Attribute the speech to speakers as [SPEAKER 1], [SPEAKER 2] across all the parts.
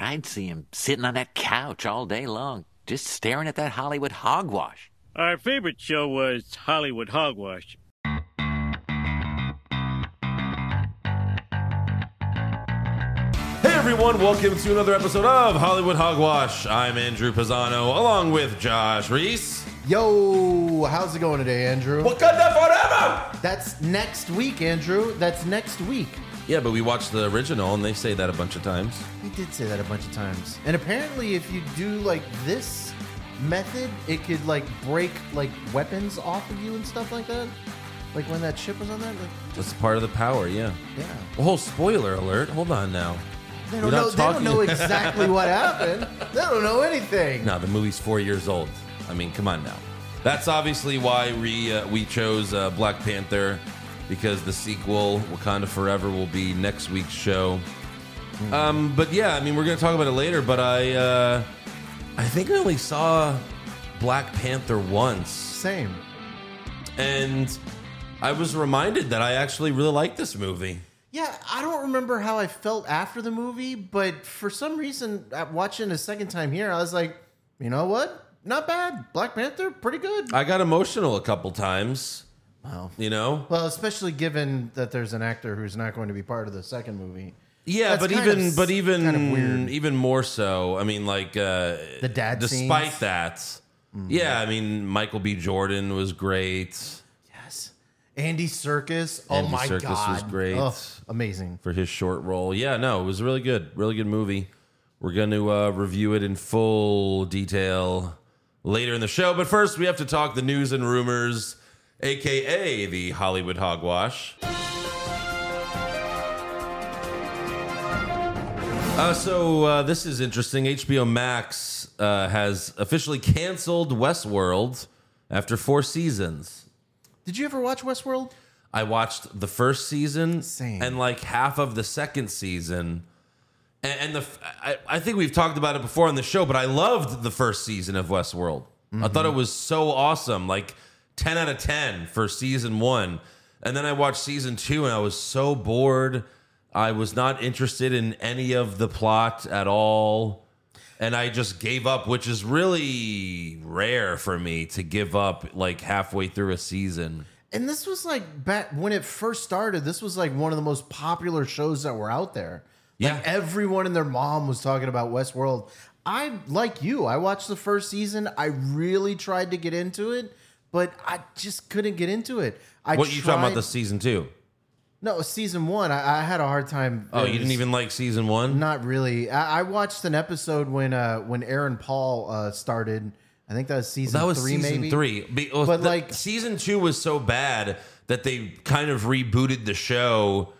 [SPEAKER 1] I'd see him sitting on that couch all day long, just staring at that Hollywood hogwash.
[SPEAKER 2] Our favorite show was Hollywood Hogwash.
[SPEAKER 3] Hey everyone, welcome to another episode of Hollywood Hogwash. I'm Andrew Pisano along with Josh Reese.
[SPEAKER 4] Yo, how's it going today, Andrew?
[SPEAKER 3] Wakanda forever!
[SPEAKER 4] That's next week, Andrew. That's next week.
[SPEAKER 3] Yeah, but we watched the original and they say that a bunch of times.
[SPEAKER 4] He did say that a bunch of times. And apparently, if you do like this method, it could like break like weapons off of you and stuff like that. Like when that ship was on that, like,
[SPEAKER 3] That's part of the power, yeah.
[SPEAKER 4] yeah.
[SPEAKER 3] Oh, spoiler alert. Hold on now.
[SPEAKER 4] They
[SPEAKER 3] We're
[SPEAKER 4] don't
[SPEAKER 3] not
[SPEAKER 4] know. They don't
[SPEAKER 3] talking-
[SPEAKER 4] know exactly what happened. They don't know anything.
[SPEAKER 3] No, the movie's four years old. I mean, come on now. That's obviously why we uh, we chose uh, Black Panther because the sequel Wakanda Forever will be next week's show. Um, but yeah, I mean, we're gonna talk about it later. But I uh, I think I only saw Black Panther once,
[SPEAKER 4] Same.
[SPEAKER 3] and I was reminded that I actually really like this movie.
[SPEAKER 4] Yeah, I don't remember how I felt after the movie, but for some reason, at watching a second time here, I was like, you know what? Not bad. Black Panther, pretty good.
[SPEAKER 3] I got emotional a couple times.
[SPEAKER 4] Wow.
[SPEAKER 3] You know,
[SPEAKER 4] Well, especially given that there's an actor who's not going to be part of the second movie.
[SPEAKER 3] Yeah,
[SPEAKER 4] That's
[SPEAKER 3] but
[SPEAKER 4] kind
[SPEAKER 3] even
[SPEAKER 4] of-
[SPEAKER 3] but even
[SPEAKER 4] kind of weird.
[SPEAKER 3] even more so. I mean, like uh,
[SPEAKER 4] The dad
[SPEAKER 3] Despite
[SPEAKER 4] scenes.
[SPEAKER 3] that, yeah, I mean, Michael B. Jordan was great
[SPEAKER 4] Yes. Andy Circus. Oh
[SPEAKER 3] Andy
[SPEAKER 4] my
[SPEAKER 3] Serkis
[SPEAKER 4] god.
[SPEAKER 3] was great.
[SPEAKER 4] Oh, amazing.
[SPEAKER 3] for his short role. Yeah, no, it was really good, really good movie. We're going to uh, review it in full detail later in the show, but first we have to talk the news and rumors, aka the Hollywood hogwash. Uh, so uh, this is interesting. HBO Max uh, has officially canceled Westworld after four seasons.
[SPEAKER 4] Did you ever watch Westworld?
[SPEAKER 3] I watched the first season
[SPEAKER 4] Same.
[SPEAKER 3] and like half of the second season. And, and the f- I, I think we've talked about it before on the show, but I loved the first season of Westworld. I thought it was so awesome, like 10 out of 10 for season 1. And then I watched season 2 and I was so bored. I was not interested in any of the plot at all. And I just gave up, which is really rare for me to give up like halfway through a season.
[SPEAKER 4] And this was like back when it first started, this was like one of the most popular shows that were out there.
[SPEAKER 3] Yeah.
[SPEAKER 4] Like everyone and their mom was talking about Westworld. I like you. I watched the first season. I really tried to get into it, but I just couldn't get into it. I
[SPEAKER 3] What you talking about
[SPEAKER 4] tried-
[SPEAKER 3] the season two?
[SPEAKER 4] No, season one. I, I had a hard time.
[SPEAKER 3] Oh,
[SPEAKER 4] It
[SPEAKER 3] you
[SPEAKER 4] was-
[SPEAKER 3] didn't even like season one?
[SPEAKER 4] Not really. I, I watched an episode when uh when Aaron Paul uh started. I think that was season
[SPEAKER 3] that was
[SPEAKER 4] three,
[SPEAKER 3] season
[SPEAKER 4] maybe.
[SPEAKER 3] three. Be- oh,
[SPEAKER 4] But,
[SPEAKER 3] the-
[SPEAKER 4] like-
[SPEAKER 3] season two was so bad that they kind of rebooted the show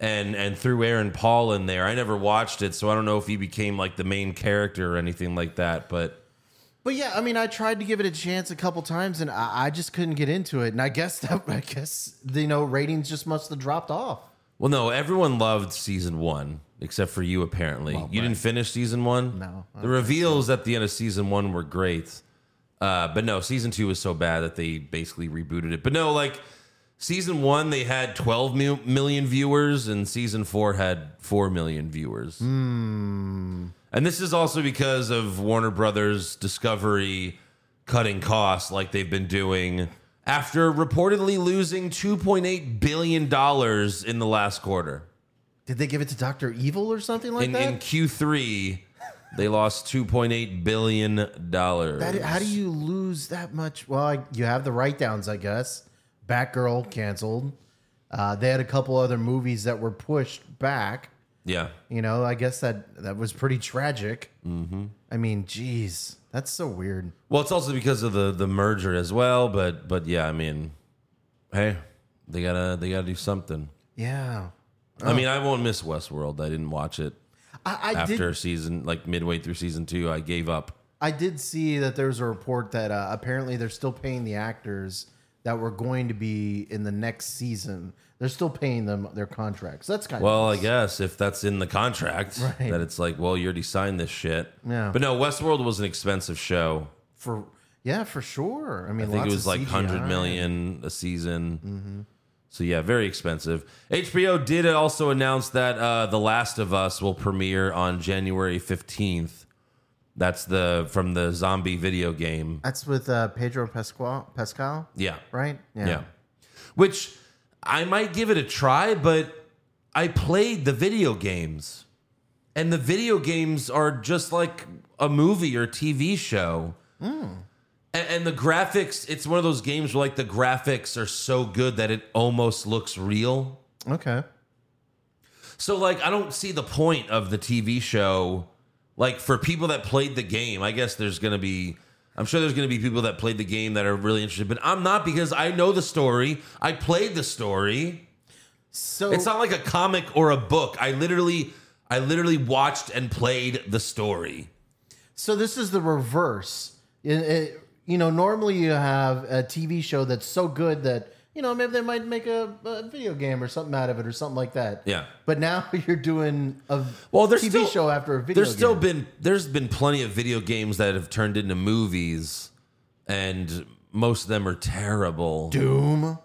[SPEAKER 3] and and threw Aaron Paul in there. I never watched it, so I don't know if he became like the main character or anything like that. But
[SPEAKER 4] But yeah, I mean, I tried to give it a chance a couple times, and I, I just couldn't get into it. And I guess that I guess you know ratings just must have dropped off.
[SPEAKER 3] well, no, everyone loved season one except for you. Apparently, you didn't finish season one.
[SPEAKER 4] No, I
[SPEAKER 3] the reveals at the end of season one were great. Uh, but no, season two was so bad that they basically rebooted it. But no, like season one, they had 12 mil- million viewers, and season four had 4 million viewers.
[SPEAKER 4] Hmm.
[SPEAKER 3] And this is also because of Warner Brothers Discovery cutting costs like they've been doing after reportedly losing $2.8 billion in the last quarter.
[SPEAKER 4] Did they give it to Doctor Evil or something like
[SPEAKER 3] In,
[SPEAKER 4] that?
[SPEAKER 3] in Q3, they lost $2.8 billion.
[SPEAKER 4] that? How do you lose that much? Well, I, you have the write downs, I guess. Batgirl canceled. Uh, they had a couple other movies that were pushed back.
[SPEAKER 3] Yeah.
[SPEAKER 4] You know, I guess that that was pretty tragic. Mm-hmm. I mean, geez, that's so weird.
[SPEAKER 3] Well, it's also because of the the merger as well, but but yeah, I mean, hey, they gotta they gotta do something.
[SPEAKER 4] Yeah,
[SPEAKER 3] I mean, I won't miss Westworld. I didn't watch it
[SPEAKER 4] Oh. I, I
[SPEAKER 3] after
[SPEAKER 4] did.
[SPEAKER 3] season like midway through season two. I gave up.
[SPEAKER 4] I did see that there was a report that uh, apparently they're still paying the actors that were going to be in the next season. They're still paying them their contracts. That's kind
[SPEAKER 3] Well, I
[SPEAKER 4] of
[SPEAKER 3] guess if that's in the contract,
[SPEAKER 4] Right.
[SPEAKER 3] that it's like, well, you already signed this shit.
[SPEAKER 4] Yeah.
[SPEAKER 3] But no, Westworld was an expensive show.
[SPEAKER 4] for yeah, for sure. I mean,
[SPEAKER 3] I think
[SPEAKER 4] lots
[SPEAKER 3] it
[SPEAKER 4] of
[SPEAKER 3] was like
[SPEAKER 4] CGI. Mm-hmm.
[SPEAKER 3] hundred million a season. So yeah, very expensive. HBO did also announce that uh, The Last of Us will premiere on January fifteenth. That's the from the zombie video game.
[SPEAKER 4] That's with uh, Pedro Pascal, Pascal,
[SPEAKER 3] Yeah,
[SPEAKER 4] right?
[SPEAKER 3] yeah. Which I might give it a try, but I played the video games. And the video games are just like a movie or TV show. A- And, the graphics, it's one of those games where like the graphics are so good that it almost looks real.
[SPEAKER 4] Okay.
[SPEAKER 3] So like I don't see the point of the TV show. Like for people that played the game, I guess there's gonna be I'm sure there's gonna be people that played the game that are really interested, but I'm not because I know the story. I played the story.
[SPEAKER 4] So
[SPEAKER 3] It's not like a comic or a book. I literally I literally watched and played the story.
[SPEAKER 4] So this is the reverse. It- it- you know, normally you have a TV show that's so good that you know maybe they might make a, a video game or something out of it or something like that.
[SPEAKER 3] Yeah.
[SPEAKER 4] But now you're doing a
[SPEAKER 3] Well, there's
[SPEAKER 4] TV
[SPEAKER 3] still-
[SPEAKER 4] show after a video.
[SPEAKER 3] There's
[SPEAKER 4] game.
[SPEAKER 3] still been there's been plenty of video games that have turned into movies and most of them are terrible.
[SPEAKER 4] Doom.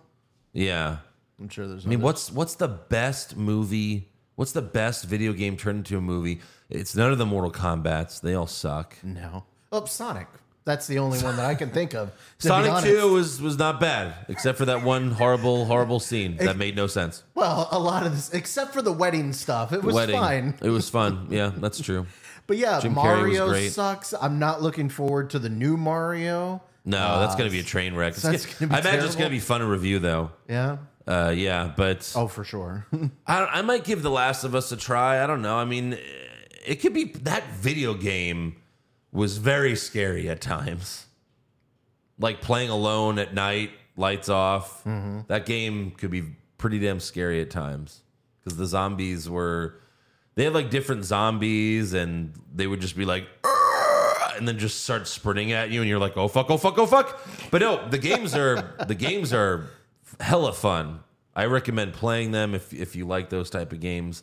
[SPEAKER 3] Yeah.
[SPEAKER 4] I'm sure there's.
[SPEAKER 3] I mean, what's what's the best movie? What's the best video game turned into a movie? It's none of the Mortal Kombat's. They all suck.
[SPEAKER 4] no. Oh, Sonic. That's the only one that I can think of. to be
[SPEAKER 3] Sonic
[SPEAKER 4] honest.
[SPEAKER 3] Two was was not bad, except for that one horrible, horrible scene that made no sense.
[SPEAKER 4] Well, a lot of this, except for the wedding stuff, it was
[SPEAKER 3] Wedding.
[SPEAKER 4] fine.
[SPEAKER 3] It was fun. Yeah, that's true.
[SPEAKER 4] But yeah,
[SPEAKER 3] Jim Carrey was
[SPEAKER 4] Mario
[SPEAKER 3] great.
[SPEAKER 4] sucks. I'm not looking forward to the new Mario.
[SPEAKER 3] No, that's gonna be a train wreck. It's
[SPEAKER 4] that's
[SPEAKER 3] gonna-
[SPEAKER 4] gonna be
[SPEAKER 3] I imagine it's
[SPEAKER 4] terrible.
[SPEAKER 3] gonna be fun to review though.
[SPEAKER 4] Yeah.
[SPEAKER 3] Uh, yeah, but
[SPEAKER 4] Oh, for sure.
[SPEAKER 3] I, I might give The Last of Us a try. I don't know. I mean, it could be that video game was very scary at times. Like playing alone at night, lights off. That game could be pretty damn scary at times because the zombies were. They had like different zombies, and they would just be like, "Argh," and then just start sprinting at you, and you're like, "Oh fuck! Oh fuck! Oh fuck!" But no, the games are the games are hella fun. I recommend playing them if if you like those type of games.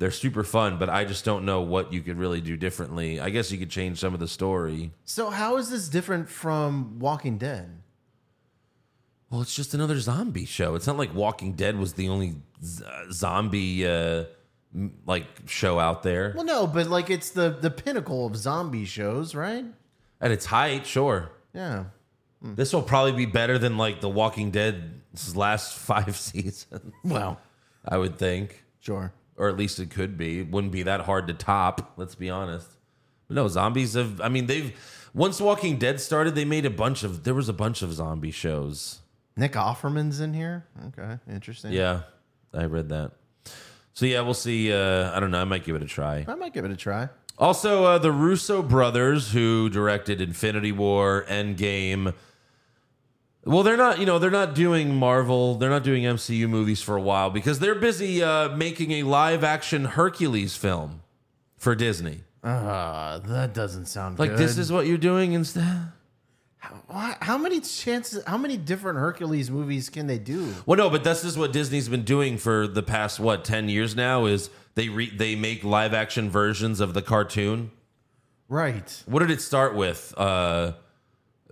[SPEAKER 3] They're super fun, but I just don't know what you could really do differently. I guess you could change some of the story.
[SPEAKER 4] So how is this different from Walking Dead?
[SPEAKER 3] Well, it's just another zombie show. It's not like Walking Dead was the only z- uh, zombie uh, m- like show out there.
[SPEAKER 4] Well, no, but like it's the the pinnacle of zombie shows, right?
[SPEAKER 3] At its height, sure.
[SPEAKER 4] Yeah.
[SPEAKER 3] This will probably be better than like The Walking Dead's last five seasons,
[SPEAKER 4] Well,
[SPEAKER 3] I would think.
[SPEAKER 4] sure.
[SPEAKER 3] Or at least it could be. It wouldn't be that hard to top, let's be honest. But no, zombies have I mean they've once Walking Dead started, they made a bunch of there was a bunch of zombie shows.
[SPEAKER 4] Nick Offerman's in here. Okay, interesting.
[SPEAKER 3] Yeah. I read that. So yeah, we'll see. Uh, I don't know. I might give it a try.
[SPEAKER 4] I might give it a try.
[SPEAKER 3] Also, uh, the Russo brothers, who directed Infinity War, Endgame. Well, they're not. You know, they're not doing Marvel. They're not doing MCU movies for a while because they're busy uh, making a live-action Hercules film for Disney.
[SPEAKER 4] Uh, that doesn't sound
[SPEAKER 3] Like this is what you're doing instead.
[SPEAKER 4] Why, how many chances? How many different Hercules movies can they do?
[SPEAKER 3] Well, no, but this is what Disney's been doing for the past what ten years now. Is they re- they make live-action versions of the cartoon.
[SPEAKER 4] Right.
[SPEAKER 3] What did it start with? Uh,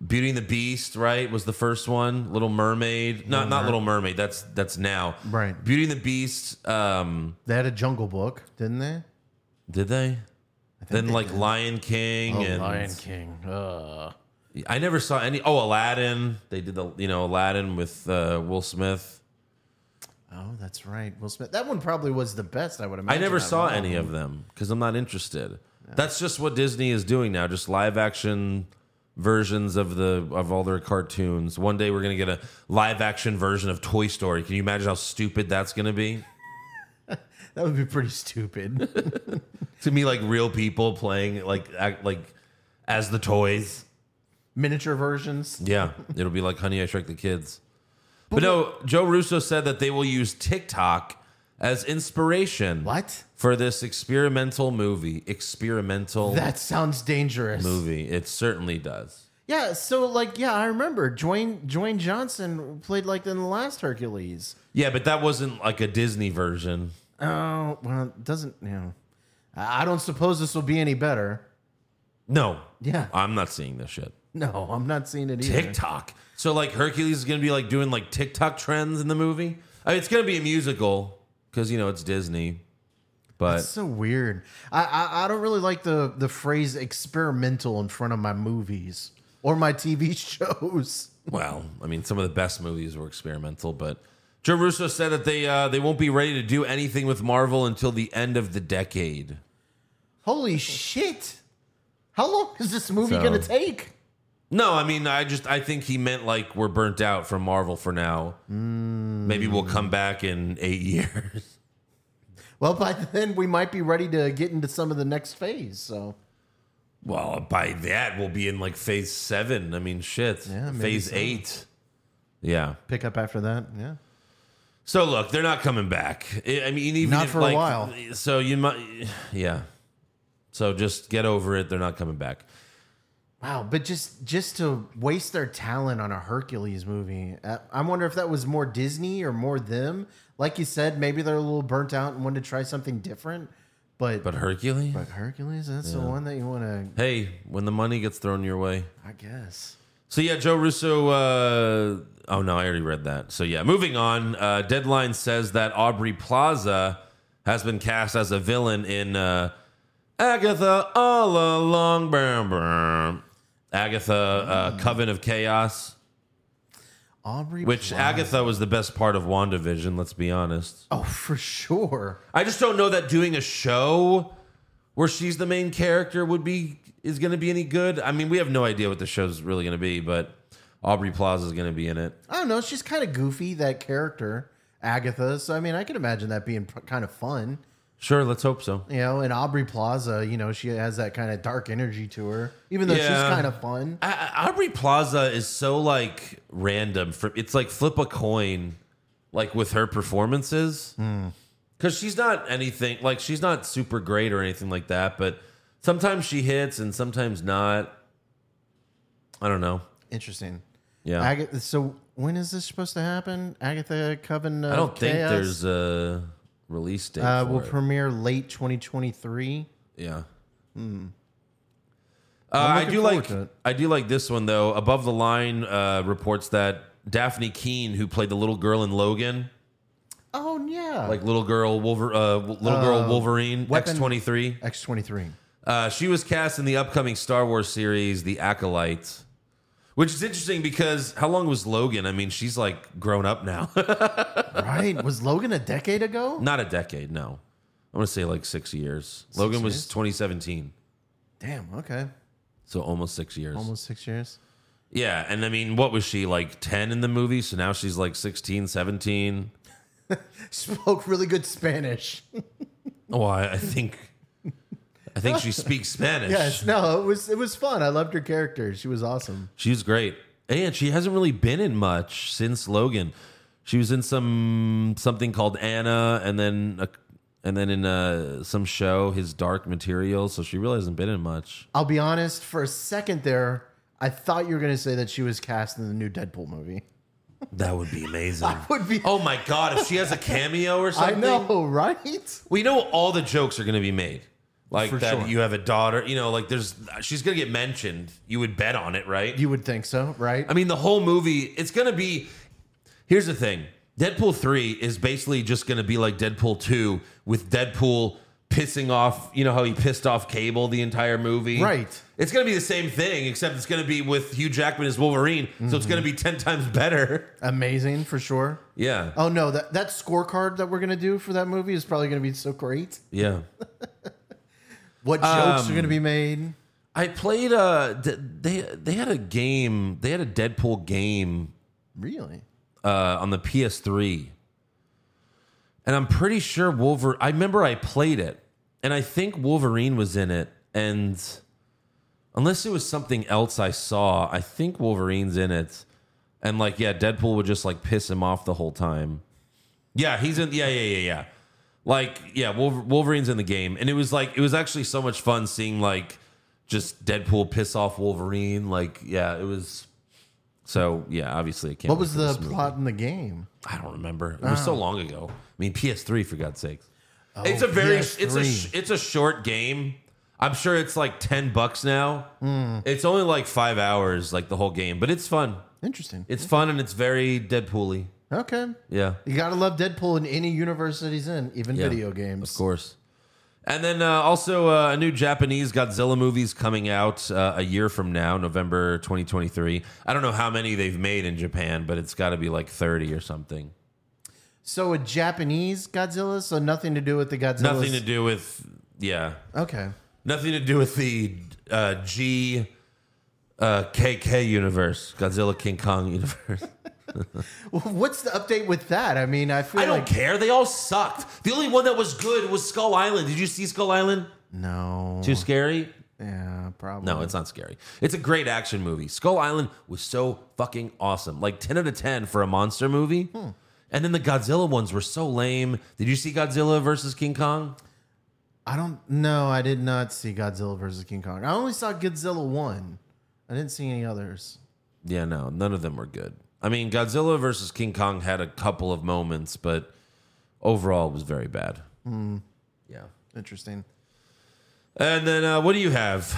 [SPEAKER 3] Beauty and the Beast, right? Was the first one. Little Mermaid, not not Little Mermaid. That's that's now.
[SPEAKER 4] Right.
[SPEAKER 3] Beauty and the Beast. Um,
[SPEAKER 4] They had a Jungle Book, didn't they?
[SPEAKER 3] did they? Oh, Then like Lion King and
[SPEAKER 4] Oh, King.
[SPEAKER 3] I never saw any. Oh, Aladdin. They did the you know Aladdin with uh, Will Smith.
[SPEAKER 4] Oh, that's right. Will Smith. That one probably was the best. I would
[SPEAKER 3] I
[SPEAKER 4] imagine.
[SPEAKER 3] never
[SPEAKER 4] out of
[SPEAKER 3] saw
[SPEAKER 4] all
[SPEAKER 3] any of them because I'm not interested. That's just what Disney is doing now, just live action versions of the of all their cartoons. One day we're gonna get a live action version of Toy Story. Can you imagine how stupid that's gonna be?
[SPEAKER 4] That would be pretty stupid.
[SPEAKER 3] It's gonna be like real people playing like act like as the toys.
[SPEAKER 4] Miniature versions.
[SPEAKER 3] Yeah, it'll be like Honey I Shrek the Kids. But no, Joe Russo said that they will use TikTok as inspiration
[SPEAKER 4] What?
[SPEAKER 3] for this experimental movie. Experimental
[SPEAKER 4] That sounds dangerous.
[SPEAKER 3] movie. It certainly does.
[SPEAKER 4] Yeah, so like yeah, I remember Dwayne Dwayne Johnson played like in the last Hercules.
[SPEAKER 3] Yeah, but that wasn't like a Disney version.
[SPEAKER 4] Oh well, it doesn't you know? I I don't suppose this will be any better.
[SPEAKER 3] No.
[SPEAKER 4] Yeah.
[SPEAKER 3] I'm not seeing this shit.
[SPEAKER 4] No, I'm not seeing it either.
[SPEAKER 3] TikTok. So like Hercules is gonna be like doing like TikTok trends in the movie. I mean, it's going to be a musical because you know it's Disney. But
[SPEAKER 4] That's so weird. I, I I don't really like the the phrase experimental in front of my movies or my TV shows.
[SPEAKER 3] well, I mean, some of the best movies were experimental. But Joe Russo said that they uh, they won't be ready to do anything with Marvel until the end of the decade.
[SPEAKER 4] Holy shit! How long is this movie
[SPEAKER 3] So-
[SPEAKER 4] gonna take?
[SPEAKER 3] No, I mean, I just I think he meant like we're burnt out from Marvel for now.
[SPEAKER 4] Mm.
[SPEAKER 3] Maybe we'll come back in eight years.
[SPEAKER 4] Well, by then we might be ready to get into some of the next phase. So
[SPEAKER 3] Well, by that we'll be in like phase seven. I mean, shit,
[SPEAKER 4] Yeah, maybe
[SPEAKER 3] phase
[SPEAKER 4] so.
[SPEAKER 3] eight. Yeah.
[SPEAKER 4] pick up after that. Yeah.
[SPEAKER 3] So look, they're not coming back. I I mean, even
[SPEAKER 4] Not
[SPEAKER 3] if,
[SPEAKER 4] for a
[SPEAKER 3] like,
[SPEAKER 4] while.
[SPEAKER 3] So you might, yeah. So just get over it. They're not coming back.
[SPEAKER 4] Wow, but just just to waste their talent on a Hercules movie, uh, I wonder if that was more Disney or more them. Like you said, maybe they're a little burnt out and wanted to try something different. But
[SPEAKER 3] But Hercules,
[SPEAKER 4] but Hercules, that's the one that you want to,
[SPEAKER 3] hey, when the money gets thrown your way.
[SPEAKER 4] I guess.
[SPEAKER 3] So yeah, Joe Russo. Uh, oh no, I already read that. So yeah, moving on. Uh, Deadline says that Aubrey Plaza has been cast as a villain in uh, Agatha All Along. Brum, brum. Agatha uh, Coven of Chaos,
[SPEAKER 4] Aubrey,
[SPEAKER 3] which
[SPEAKER 4] Plaza.
[SPEAKER 3] Agatha was the best part of WandaVision. Let's be honest.
[SPEAKER 4] Oh, for sure.
[SPEAKER 3] I just don't know that doing a show where she's the main character would be is going to be any good. I mean, we have no idea what the show's really going to be, but Aubrey Plaza is going to be in it.
[SPEAKER 4] I don't know. She's kind of goofy that character Agatha. So I mean, I can imagine that being p- kind of fun.
[SPEAKER 3] Sure, let's hope so.
[SPEAKER 4] You know, and Aubrey Plaza, you know, she has that kind of dark energy to her, even though
[SPEAKER 3] Yeah.
[SPEAKER 4] she's kind of fun.
[SPEAKER 3] I, I- Aubrey Plaza is so like random. For, it's like flip a coin, like with her performances, because she's not anything like she's not super great or anything like that. But sometimes she hits and sometimes not. I don't know.
[SPEAKER 4] Interesting.
[SPEAKER 3] Yeah,
[SPEAKER 4] Agatha. So when is this supposed to happen? Agatha Coven. Of
[SPEAKER 3] I don't think
[SPEAKER 4] Chaos?
[SPEAKER 3] there's a release date.
[SPEAKER 4] Uh,
[SPEAKER 3] for
[SPEAKER 4] will
[SPEAKER 3] it.
[SPEAKER 4] premiere late 2023.
[SPEAKER 3] Yeah.
[SPEAKER 4] I'm
[SPEAKER 3] Uh, I
[SPEAKER 4] Hmm. looking
[SPEAKER 3] do
[SPEAKER 4] forward
[SPEAKER 3] like
[SPEAKER 4] to it.
[SPEAKER 3] I do like this one though. Above the line uh, reports that Daphne Keene, who played the little girl in Logan,
[SPEAKER 4] Oh yeah,
[SPEAKER 3] like little girl Wolver- uh, little girl Wolverine
[SPEAKER 4] Oh. Weapon-
[SPEAKER 3] X twenty three,
[SPEAKER 4] X23.
[SPEAKER 3] she was cast in the upcoming Star Wars series The Acolyte, which is interesting because how long was Logan? I mean, she's like grown up now.
[SPEAKER 4] right? Was Logan a decade ago?
[SPEAKER 3] Not a decade, no. I want to say like six years. Logan was
[SPEAKER 4] years?
[SPEAKER 3] twenty seventeen,
[SPEAKER 4] Damn. Okay.
[SPEAKER 3] so almost six years.
[SPEAKER 4] Almost six years.
[SPEAKER 3] Yeah, and I mean, what was she like 10 in the movie? So now she's like 16, 17.
[SPEAKER 4] Spoke really good Spanish.
[SPEAKER 3] Oh, I, I think I think she speaks Spanish.
[SPEAKER 4] Yes, no, it was it was fun. I loved her character. She was awesome.
[SPEAKER 3] She's great. And she hasn't really been in much since Logan. She was in some something called Anna and then a, and then in uh some show His Dark Materials, so she really hasn't been in much.
[SPEAKER 4] I'll be honest, for a second there, I thought you were gonna say that she was cast in the new Deadpool movie.
[SPEAKER 3] That would be amazing.
[SPEAKER 4] Would be
[SPEAKER 3] oh my god, if she has a cameo or
[SPEAKER 4] I
[SPEAKER 3] something.
[SPEAKER 4] know, right?
[SPEAKER 3] We know all the jokes are going to be made. Like
[SPEAKER 4] For
[SPEAKER 3] that
[SPEAKER 4] sure.
[SPEAKER 3] you have a daughter, you know, like there's she's going to get mentioned. You would bet on it, right?
[SPEAKER 4] You would think so, right?
[SPEAKER 3] I mean, the whole movie, it's going to be Here's the thing. Deadpool 3 is basically just going to be like Deadpool 2 with Deadpool pissing off, you know how he pissed off Cable the entire movie.
[SPEAKER 4] Right.
[SPEAKER 3] It's going to be the same thing except it's going to be with Hugh Jackman as Wolverine, so it's going to
[SPEAKER 4] Mm-hmm.
[SPEAKER 3] be 10 times better.
[SPEAKER 4] Amazing for sure.
[SPEAKER 3] Yeah.
[SPEAKER 4] Oh no, that that scorecard that we're gonna do for that movie is probably gonna be so great.
[SPEAKER 3] Yeah.
[SPEAKER 4] What jokes are
[SPEAKER 3] Um,
[SPEAKER 4] gonna be made?
[SPEAKER 3] I played uh th- they they had a game, they had a Deadpool game
[SPEAKER 4] Really?
[SPEAKER 3] uh, on the PS3. And I'm pretty sure Wolverine, I remember I played it, and I think Wolverine was in it. And unless it was something else I saw, I think Wolverine's in it. And like, yeah, Deadpool would just like piss him off the whole time. Yeah, he's in, yeah, yeah, yeah, yeah. Like, yeah, Wolver- Wolverine's in the game. And it was like, it was actually so much fun seeing like just Deadpool piss off Wolverine. Like, yeah, it was. So, yeah, obviously, I can't.
[SPEAKER 4] What
[SPEAKER 3] wait
[SPEAKER 4] was
[SPEAKER 3] for
[SPEAKER 4] the
[SPEAKER 3] this movie.
[SPEAKER 4] plot in the game?
[SPEAKER 3] I don't remember. It was so long ago. I mean, PS3 for God's sakes.
[SPEAKER 4] Oh,
[SPEAKER 3] it's a very it's a sh-
[SPEAKER 4] PS3.
[SPEAKER 3] it's a short game. I'm sure it's like ten bucks now.
[SPEAKER 4] Hmm.
[SPEAKER 3] It's only like five hours, like the whole game, but it's fun.
[SPEAKER 4] Interesting.
[SPEAKER 3] It's fun and it's very Deadpool-y.
[SPEAKER 4] Okay.
[SPEAKER 3] Yeah,
[SPEAKER 4] You gotta love Deadpool in any universe that he's in, even
[SPEAKER 3] Yeah,
[SPEAKER 4] video games.
[SPEAKER 3] of course. And then uh, also uh, a new Japanese Godzilla movie's coming out uh, a year from now, November 2023. I don't know how many they've made in Japan, but it's got to be like 30 or something.
[SPEAKER 4] So a Japanese Godzilla, so nothing to do with the Godzilla.
[SPEAKER 3] Nothing to do with yeah,
[SPEAKER 4] Okay.
[SPEAKER 3] nothing to do with the uh, G uh, KK universe, Godzilla King Kong universe.
[SPEAKER 4] Well, what's the update with that? I mean, I feel
[SPEAKER 3] I don't
[SPEAKER 4] like
[SPEAKER 3] care. They all sucked. The only one that was good was Skull Island. Did you see Skull Island?
[SPEAKER 4] no.
[SPEAKER 3] Too scary?
[SPEAKER 4] Yeah, probably.
[SPEAKER 3] No, it's not scary. It's a great action movie. Skull Island was so fucking awesome. Like 10 out of 10 for a monster movie. And then the Godzilla ones were so lame. Did you see Godzilla versus King Kong?
[SPEAKER 4] I don't. No, I did not see Godzilla versus King Kong. I only saw Godzilla one. I didn't see any others.
[SPEAKER 3] Yeah, no, none of them were good. I mean, Godzilla versus King Kong had a couple of moments, but overall it was very bad.
[SPEAKER 4] Mm.
[SPEAKER 3] Yeah.
[SPEAKER 4] Interesting.
[SPEAKER 3] And then uh, what do you have?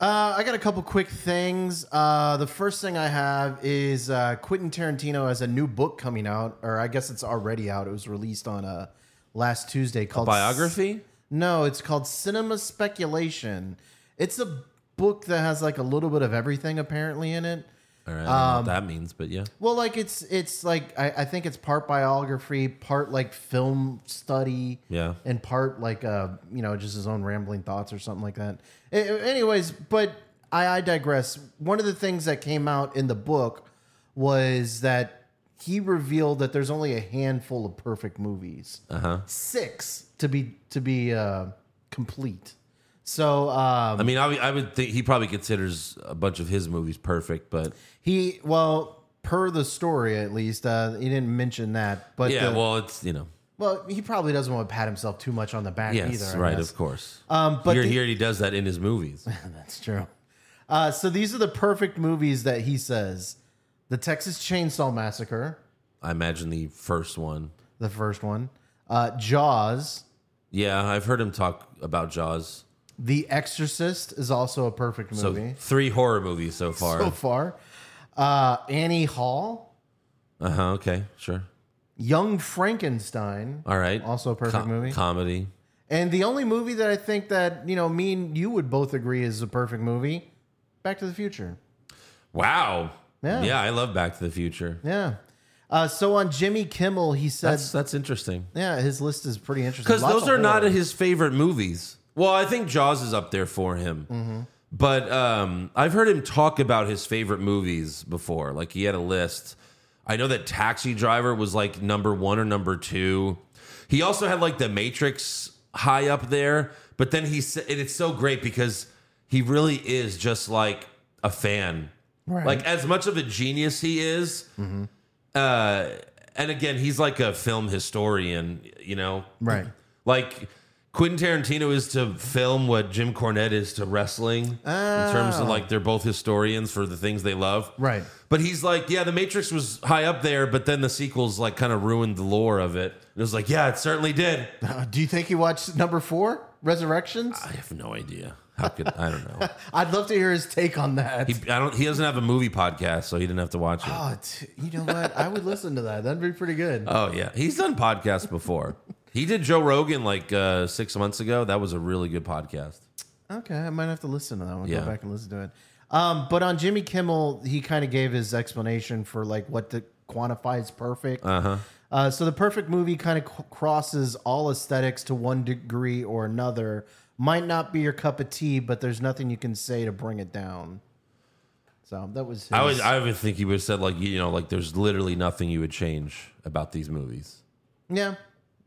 [SPEAKER 4] Uh, I got a couple quick things. Uh, the first thing I have is uh, Quentin Tarantino has a new book coming out, or I guess it's already out. It was released on uh, last Tuesday called
[SPEAKER 3] Biography?
[SPEAKER 4] No, it's called Cinema Speculation. It's a book that has like a little bit of everything apparently in it.
[SPEAKER 3] All right, I don't know
[SPEAKER 4] Um,
[SPEAKER 3] what that means, but yeah.
[SPEAKER 4] Well, like it's it's like I, I think it's part biography, part like film study,
[SPEAKER 3] Yeah.
[SPEAKER 4] and part like uh you know just his own rambling thoughts or something like that. A- anyways, but I, I digress. One of the things that came out in the book was that he revealed that there's only a handful of perfect movies, uh-huh. six to be to be uh, complete. So um,
[SPEAKER 3] I mean, I, would- I would think he probably considers a bunch of his movies perfect, but
[SPEAKER 4] he well per the story at least uh, he didn't mention that, but
[SPEAKER 3] yeah,
[SPEAKER 4] the-
[SPEAKER 3] well, it's, you know.
[SPEAKER 4] Well, he probably doesn't want to pat himself too much on the back
[SPEAKER 3] Yes,
[SPEAKER 4] either. I
[SPEAKER 3] right,
[SPEAKER 4] guess.
[SPEAKER 3] of course.
[SPEAKER 4] Um, but
[SPEAKER 3] You're
[SPEAKER 4] the-
[SPEAKER 3] here. He does that in his movies.
[SPEAKER 4] that's true. Uh, so these are the perfect movies that he says: the Texas Chainsaw Massacre,
[SPEAKER 3] I imagine the first one.
[SPEAKER 4] the first one, uh, Jaws,
[SPEAKER 3] Yeah, I've heard him talk about Jaws.
[SPEAKER 4] The Exorcist is also a perfect
[SPEAKER 3] So
[SPEAKER 4] movie
[SPEAKER 3] three horror movies so far.
[SPEAKER 4] so far. Uh, Annie Hall,
[SPEAKER 3] uh huh. Okay, sure.
[SPEAKER 4] Young Frankenstein,
[SPEAKER 3] All right.
[SPEAKER 4] also a perfect
[SPEAKER 3] Co-
[SPEAKER 4] movie.
[SPEAKER 3] Comedy.
[SPEAKER 4] and the only movie that I think that you know me and you would both agree is a perfect movie, Back to the Future.
[SPEAKER 3] Wow.
[SPEAKER 4] Yeah.
[SPEAKER 3] Yeah, I love Back to the Future.
[SPEAKER 4] Yeah. Uh, so on Jimmy Kimmel, he said,
[SPEAKER 3] That's that's interesting
[SPEAKER 4] "Yeah, his list is pretty interesting
[SPEAKER 3] because
[SPEAKER 4] Lots
[SPEAKER 3] those
[SPEAKER 4] of
[SPEAKER 3] are not
[SPEAKER 4] horror.
[SPEAKER 3] his favorite movies. Well, I think Jaws is up there for him.
[SPEAKER 4] Mm-hmm.
[SPEAKER 3] But um, I've heard him talk about his favorite movies before. Like he had a list. I know that Taxi Driver was like number one or number two. He also had like The Matrix high up there. But then he said, and it's so great because he really is just like a fan.
[SPEAKER 4] Right.
[SPEAKER 3] Like as much of a genius he is. Uh, and again, he's like a film historian, you know?
[SPEAKER 4] Right.
[SPEAKER 3] Like Quentin Tarantino is to film what Jim Cornette is to wrestling in terms of like they're both historians for the things they love.
[SPEAKER 4] Right.
[SPEAKER 3] But he's like, yeah, The Matrix was high up there, but then the sequels like kind of ruined the lore of it. It was like, yeah, it certainly did.
[SPEAKER 4] Uh, do you think he watched number four, Resurrections?
[SPEAKER 3] I have no idea. How could I don't know.
[SPEAKER 4] I'd love to hear his take on that.
[SPEAKER 3] He I don't he doesn't have a movie podcast, so he didn't have to watch it.
[SPEAKER 4] oh, t- you know what? I would listen to that. That'd be pretty good.
[SPEAKER 3] Oh yeah. He's done podcasts before. he did Joe Rogan like uh six months ago. That was a really good podcast.
[SPEAKER 4] Okay, I might have to listen to that one.
[SPEAKER 3] Yeah.
[SPEAKER 4] Go back and listen to it. Um, but on Jimmy Kimmel, he kind of gave his explanation for like what to quantify as perfect. Uh-huh. so the perfect movie kind of c- crosses all aesthetics to one degree or another. Might not be your cup of tea, but there's nothing you can say to bring it down. So that was. His.
[SPEAKER 3] I would, I would think he would have said like you know like there's literally nothing you would change about these movies.
[SPEAKER 4] yeah,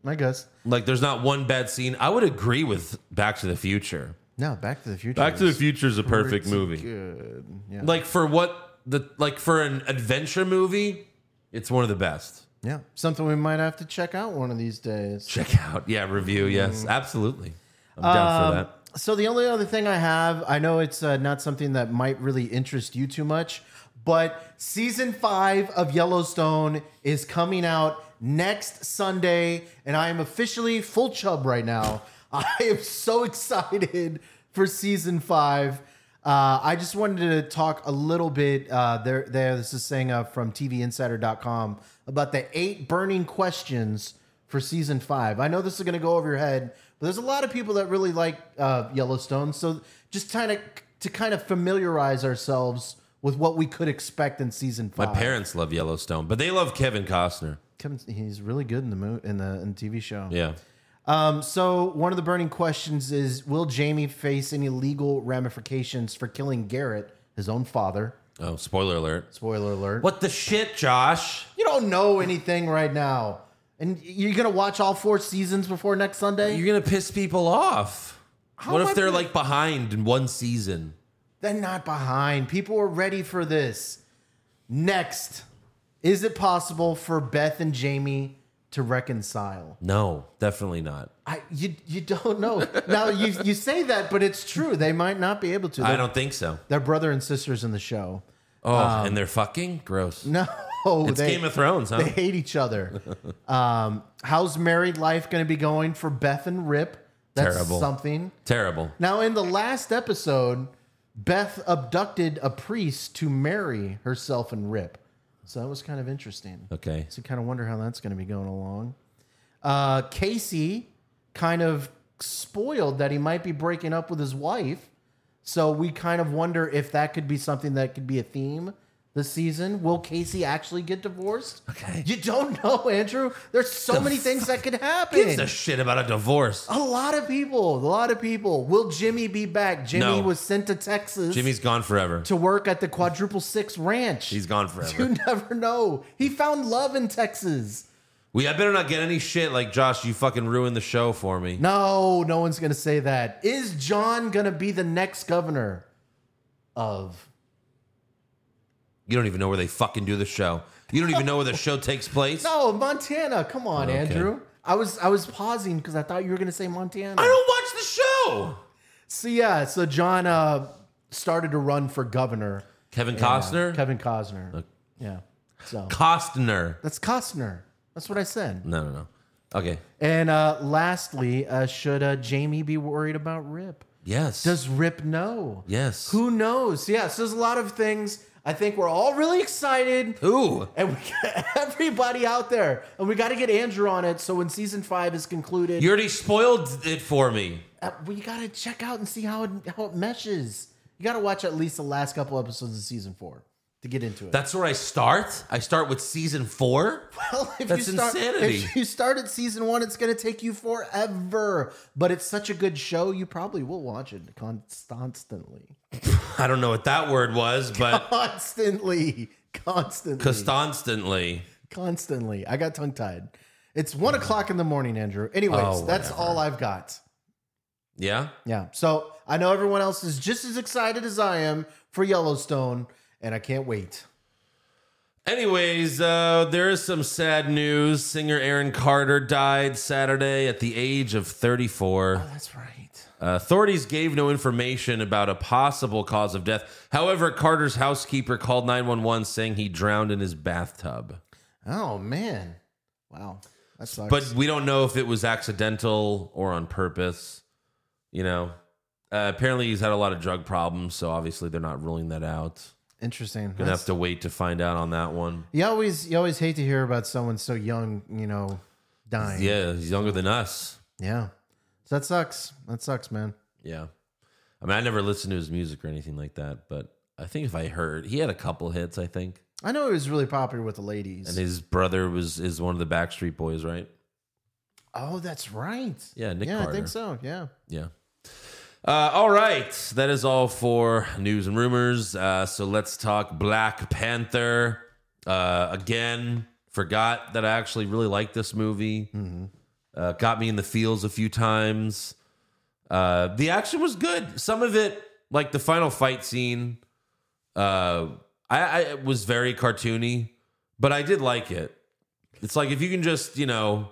[SPEAKER 4] I guess.
[SPEAKER 3] Like there's not one bad scene. I would agree with Back to the Future.
[SPEAKER 4] No, Back to the Future.
[SPEAKER 3] Back to the
[SPEAKER 4] is
[SPEAKER 3] Future is a perfect
[SPEAKER 4] pretty
[SPEAKER 3] movie.
[SPEAKER 4] Good. Yeah.
[SPEAKER 3] Like for what the like for an adventure movie, it's one of the best.
[SPEAKER 4] yeah. Something we might have to check out one of these days.
[SPEAKER 3] Check out, yeah, review, yes, absolutely. I'm down
[SPEAKER 4] Um,
[SPEAKER 3] for that.
[SPEAKER 4] So the only other thing I have, I know it's uh, not something that might really interest you too much, but season five of Yellowstone is coming out next Sunday, and I am officially full chub right now. I am so excited for season five. Uh, I just wanted to talk a little bit. Uh, there, there. This is saying uh, from TVInsider.com about the eight burning questions for season five. I know this is going to go over your head, but there's a lot of people that really like uh, Yellowstone. So just kind of to kind of familiarize ourselves with what we could expect in season
[SPEAKER 3] My
[SPEAKER 4] five.
[SPEAKER 3] parents love Yellowstone, but they love Kevin Costner.
[SPEAKER 4] Kevin- he's really good in the mo- in the in the TV show.
[SPEAKER 3] Yeah.
[SPEAKER 4] Um, so one of the burning questions is: Will Jamie face any legal ramifications for killing Garrett, his own father?
[SPEAKER 3] Oh, spoiler alert.
[SPEAKER 4] Spoiler alert.
[SPEAKER 3] What the shit, Josh?
[SPEAKER 4] You don't know anything right now, and you're gonna watch all four seasons before next Sunday.
[SPEAKER 3] You're gonna piss people off.
[SPEAKER 4] How
[SPEAKER 3] what
[SPEAKER 4] am I
[SPEAKER 3] if they're
[SPEAKER 4] gonna-
[SPEAKER 3] like behind in one season?
[SPEAKER 4] They're not behind. People are ready for this. Next, is it possible for Beth and Jamie to reconcile?
[SPEAKER 3] No, definitely not.
[SPEAKER 4] I you you don't know. now you you say that, but it's true. They might not be able to.
[SPEAKER 3] I
[SPEAKER 4] They're,
[SPEAKER 3] don't think so.
[SPEAKER 4] they're brother and sisters in the show.
[SPEAKER 3] Oh, and they're fucking gross.
[SPEAKER 4] No,
[SPEAKER 3] it's
[SPEAKER 4] they,
[SPEAKER 3] Game of Thrones, huh?
[SPEAKER 4] they hate each other. Um, how's married life going to be going for Beth and Rip? That's
[SPEAKER 3] Terrible.
[SPEAKER 4] something.
[SPEAKER 3] Terrible.
[SPEAKER 4] Now, in the last episode, Beth abducted a priest to marry herself and Rip. So that was kind of interesting.
[SPEAKER 3] Okay.
[SPEAKER 4] So kind of wonder how that's going to be going along. Uh, Casey kind of spoiled that he might be breaking up with his wife. So we kind of wonder if that could be something that could be a theme this season. Will Casey actually get divorced?
[SPEAKER 3] Okay.
[SPEAKER 4] You don't know, Andrew. There's so many things that could
[SPEAKER 3] Gives
[SPEAKER 4] happen.
[SPEAKER 3] a shit about a divorce.
[SPEAKER 4] a lot of people, a lot of people. Will Jimmy be back? Jimmy
[SPEAKER 3] No.
[SPEAKER 4] was sent to Texas
[SPEAKER 3] Jimmy's gone forever.
[SPEAKER 4] to work at the Quadruple Six Ranch.
[SPEAKER 3] He's gone
[SPEAKER 4] you
[SPEAKER 3] forever.
[SPEAKER 4] never know. He found love in Texas.
[SPEAKER 3] We I better not get any shit like Josh, you fucking ruined the show for me.
[SPEAKER 4] No, no one's going to say that. Is John going to be the next governor of?
[SPEAKER 3] You don't even know where they fucking do the show. You don't even know where the show takes place.
[SPEAKER 4] No, Montana. Come on, Andrew. I was I was pausing because I thought you were going to say Montana.
[SPEAKER 3] I don't watch the show.
[SPEAKER 4] So yeah, so John uh, started to run for governor.
[SPEAKER 3] Kevin
[SPEAKER 4] Yeah,
[SPEAKER 3] Costner? Uh,
[SPEAKER 4] Kevin Costner. yeah. So
[SPEAKER 3] Costner.
[SPEAKER 4] that's Costner. That's what I said.
[SPEAKER 3] No, no, no. Okay.
[SPEAKER 4] And uh, lastly, uh, should uh, Jamie be worried about Rip?
[SPEAKER 3] Yes.
[SPEAKER 4] Does Rip know?
[SPEAKER 3] yes.
[SPEAKER 4] Who knows? Yes, there's a lot of things. I think we're all really excited.
[SPEAKER 3] Ooh.
[SPEAKER 4] And we got everybody out there. And we got to get Andrew on it. So when season five is concluded,
[SPEAKER 3] You already spoiled it for me.
[SPEAKER 4] uh, we got to check out and see how it, how it meshes. You got to watch at least the last couple episodes of season four to get into it.
[SPEAKER 3] That's where I start. I start with season four.
[SPEAKER 4] Well, if
[SPEAKER 3] That's
[SPEAKER 4] you start,
[SPEAKER 3] insanity.
[SPEAKER 4] If you start at season one, it's going to take you forever. But it's such a good show, you probably will watch it constantly.
[SPEAKER 3] I don't know what that word was, but
[SPEAKER 4] Constantly. Constantly.
[SPEAKER 3] constantly.
[SPEAKER 4] constantly. I got tongue tied. It's one o'clock in the morning, Andrew. Anyways,
[SPEAKER 3] Oh,
[SPEAKER 4] that's all I've got.
[SPEAKER 3] Yeah.
[SPEAKER 4] Yeah. So I know everyone else is just as excited as I am for Yellowstone, and I can't wait.
[SPEAKER 3] Anyways, uh, there is some sad news. Singer Aaron Carter died Saturday at the age of 34.
[SPEAKER 4] That's right.
[SPEAKER 3] Uh, authorities gave no information about a possible cause of death. However, Carter's housekeeper called 911 saying he drowned in his bathtub.
[SPEAKER 4] Oh man. Wow. That sucks.
[SPEAKER 3] But we don't know if it was accidental or on purpose. You know, uh, apparently he's had a lot of drug problems, so obviously they're not ruling that out.
[SPEAKER 4] interesting.
[SPEAKER 3] Gonna
[SPEAKER 4] That's-
[SPEAKER 3] have to wait to find out on that one.
[SPEAKER 4] you always you always hate to hear about someone so young, you know, dying.
[SPEAKER 3] Yeah, he's younger than us.
[SPEAKER 4] Yeah. So that sucks. That sucks, man.
[SPEAKER 3] Yeah. I mean, I never listened to his music or anything like that, but I think if I heard, he had a couple hits, I think.
[SPEAKER 4] I know he was really popular with the ladies.
[SPEAKER 3] And his brother was is one of the Backstreet Boys, right?
[SPEAKER 4] oh, that's right.
[SPEAKER 3] Yeah, Nick
[SPEAKER 4] Yeah, I
[SPEAKER 3] Carter.
[SPEAKER 4] think so. Yeah.
[SPEAKER 3] Yeah. Uh, all right, that is all for news and rumors. Uh, so let's talk Black Panther uh, again. Forgot that I actually really liked this movie. Uh, got me in the feels a few times. Uh, the action was good. Some of it, like the final fight scene, uh, I, I it was very cartoony, but I did like it. It's like if you can just you know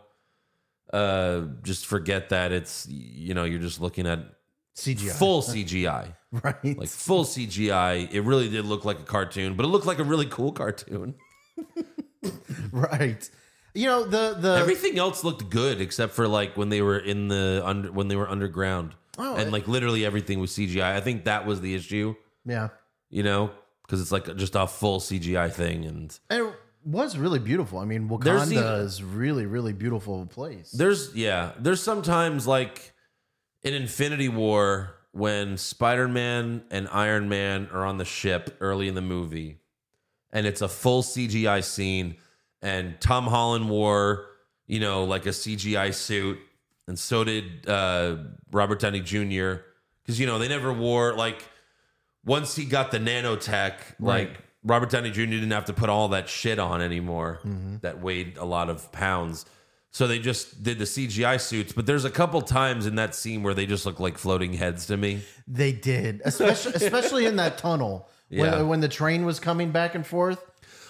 [SPEAKER 3] uh just forget that it's you know you're just looking at
[SPEAKER 4] CGI.
[SPEAKER 3] full CGI
[SPEAKER 4] right.
[SPEAKER 3] like full CGI it really did look like a cartoon but it looked like a really cool cartoon
[SPEAKER 4] Right. You know the the
[SPEAKER 3] everything else looked good except for like when they were in the under when they were underground
[SPEAKER 4] Oh,
[SPEAKER 3] and
[SPEAKER 4] it-
[SPEAKER 3] like literally everything was CGI. I think that was the issue,
[SPEAKER 4] Yeah.
[SPEAKER 3] you know, because it's like just a full CGI thing. And
[SPEAKER 4] And It was really beautiful. I mean,
[SPEAKER 3] There's the-
[SPEAKER 4] Wakanda is really, really beautiful place.
[SPEAKER 3] there's yeah, there's sometimes like in Infinity War when Spider Man and Iron Man are on the ship early in the movie, and it's a full CGI scene, and Tom Holland wore you know like a CGI suit, and so did uh, Robert Downey Jr. Because you know they never wore like once he got the nanotech, like Robert Downey Jr. didn't have to put all that shit on anymore that weighed a lot of pounds. So they just did the CGI suits, but there's a couple times in that scene where they just look like floating heads to me.
[SPEAKER 4] They did, especially especially in that tunnel
[SPEAKER 3] Yeah.
[SPEAKER 4] when, when the train was coming back and forth.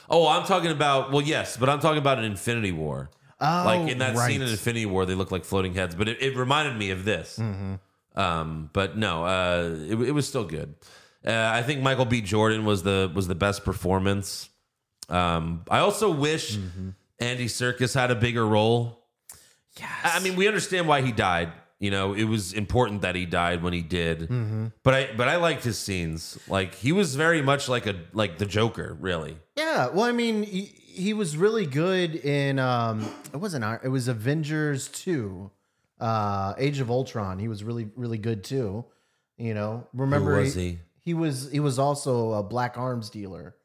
[SPEAKER 3] Oh, I'm talking about well, yes, but I'm talking about an Infinity War.
[SPEAKER 4] Oh,
[SPEAKER 3] like in that scene in
[SPEAKER 4] right.
[SPEAKER 3] Infinity War, they look like floating heads, but it, it reminded me of this.
[SPEAKER 4] Mm-hmm.
[SPEAKER 3] Um, but no, uh, it, it was still good. Uh, I think Michael B. Jordan was the was the best performance. Um, I also wish
[SPEAKER 4] Mm-hmm.
[SPEAKER 3] Andy Circus had a bigger role. Yes. I mean, we understand why he died. You know, it was important that he died when he did.
[SPEAKER 4] Mm-hmm.
[SPEAKER 3] But I but I liked his scenes. Like he was very much like a like the Joker, really.
[SPEAKER 4] Yeah, well, I mean, he, he was really good in um, it wasn't Iron- it was Avengers two, uh, Age of Ultron. He was really really good too. You know, remember
[SPEAKER 3] was he?
[SPEAKER 4] He was he was also a black arms dealer.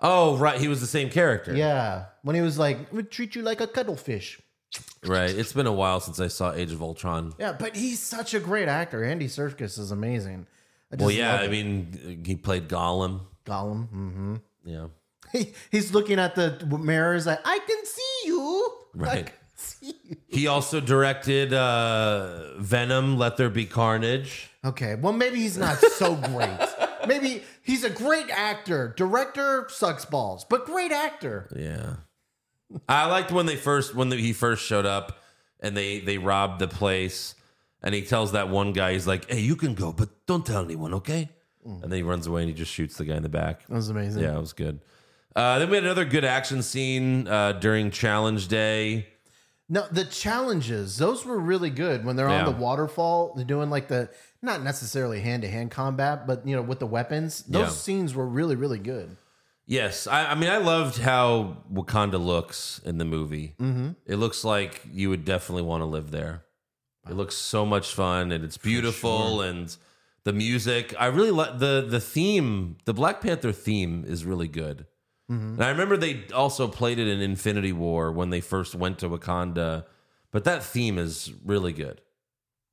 [SPEAKER 3] Oh, right. He was the same character.
[SPEAKER 4] Yeah, when he was like, "We treat you like a cuttlefish."
[SPEAKER 3] Right. It's been a while since I saw Age of Ultron.
[SPEAKER 4] Yeah, but he's such a great actor. Andy Serkis is amazing. I
[SPEAKER 3] Well,
[SPEAKER 4] just
[SPEAKER 3] yeah.
[SPEAKER 4] love
[SPEAKER 3] I
[SPEAKER 4] it.
[SPEAKER 3] mean, he played Gollum.
[SPEAKER 4] Gollum. Mm-hmm.
[SPEAKER 3] Yeah.
[SPEAKER 4] He, he's looking at the mirrors like, I can see you. I
[SPEAKER 3] Right.
[SPEAKER 4] can see you.
[SPEAKER 3] He also directed uh, Venom, Let There Be Carnage.
[SPEAKER 4] Okay, well, maybe he's not so great. maybe he's a great actor. Director sucks balls, but great actor.
[SPEAKER 3] Yeah. I liked when they first when he first showed up and they they robbed the place and he tells that one guy he's like, "Hey, you can go, but don't tell anyone, okay?" And then he runs away and he just shoots the guy in the back.
[SPEAKER 4] That was Mm. amazing.
[SPEAKER 3] Yeah, it was good. Uh, then we had another good action scene uh, during Challenge Day.
[SPEAKER 4] No, the challenges, those were really good when they're
[SPEAKER 3] Yeah.
[SPEAKER 4] on the waterfall, they're doing like the not necessarily hand to hand combat, but you know, with the weapons. Those
[SPEAKER 3] Yeah.
[SPEAKER 4] scenes were really, really good.
[SPEAKER 3] Yes, I, I mean I loved how Wakanda looks in the movie. Mm-hmm. It looks like you would definitely want to live there. It looks so much fun and it's beautiful and the music. I really like the the theme. The Black Panther theme is really good. And I remember they also played it in Infinity War when they first went to Wakanda, but that theme is really good.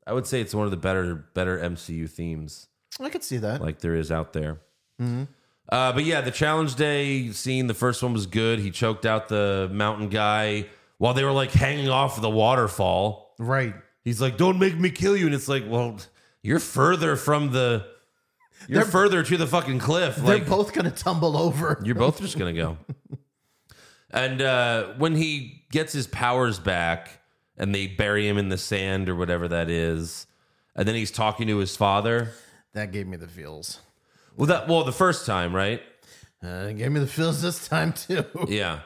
[SPEAKER 3] I would say it's one of the better better MCU themes
[SPEAKER 4] I could see that.
[SPEAKER 3] like there is out there.
[SPEAKER 4] Mm-hmm.
[SPEAKER 3] Uh, but yeah, the challenge day scene, the first one was good. He choked out the mountain guy while they were like hanging off the waterfall.
[SPEAKER 4] right.
[SPEAKER 3] He's like, "Don't make me kill you," and it's like, "Well, you're further from the, you're
[SPEAKER 4] They're-
[SPEAKER 3] further to the fucking cliff.
[SPEAKER 4] They're
[SPEAKER 3] Like,
[SPEAKER 4] both gonna tumble over.
[SPEAKER 3] you're both just gonna go." and uh, when he gets his powers back, and they bury him in the sand or whatever that is, and then he's talking to his father.
[SPEAKER 4] That gave me the feels.
[SPEAKER 3] Well, that well, the first time, right?
[SPEAKER 4] Uh, it gave me the feels this time too.
[SPEAKER 3] Yeah.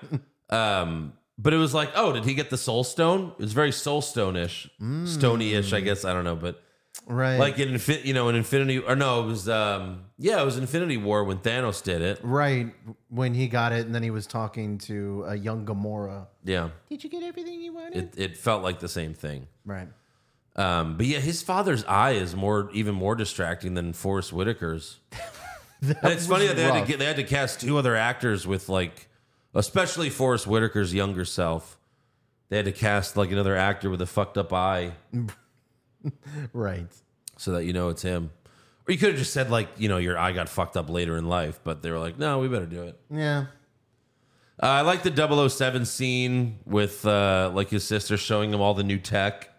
[SPEAKER 3] Um, but it was like, oh, did he get the soul stone? It was very soul stone-ish. Stony-ish, I guess. I don't know, but
[SPEAKER 4] right.
[SPEAKER 3] like in infin- you know, in Infinity or no, it was um yeah, it was Infinity War when Thanos did it.
[SPEAKER 4] right when he got it, and then he was talking to a young Gamora.
[SPEAKER 3] Yeah.
[SPEAKER 4] Did you get everything you wanted?
[SPEAKER 3] It it felt like the same thing.
[SPEAKER 4] right.
[SPEAKER 3] Um, but yeah, his father's eye is more even more distracting than Forrest Whitaker's. and it's funny that they had to
[SPEAKER 4] rough.
[SPEAKER 3] get, they had to cast two other actors with like, especially Forrest Whitaker's younger self. They had to cast like another actor with a fucked up eye.
[SPEAKER 4] Right.
[SPEAKER 3] so that you know it's him. Or you could have just said like, you know, your eye got fucked up later in life, but they were like, no, we better do it.
[SPEAKER 4] Yeah.
[SPEAKER 3] Uh, I like the 007 scene with uh, like his sister showing him all the new tech.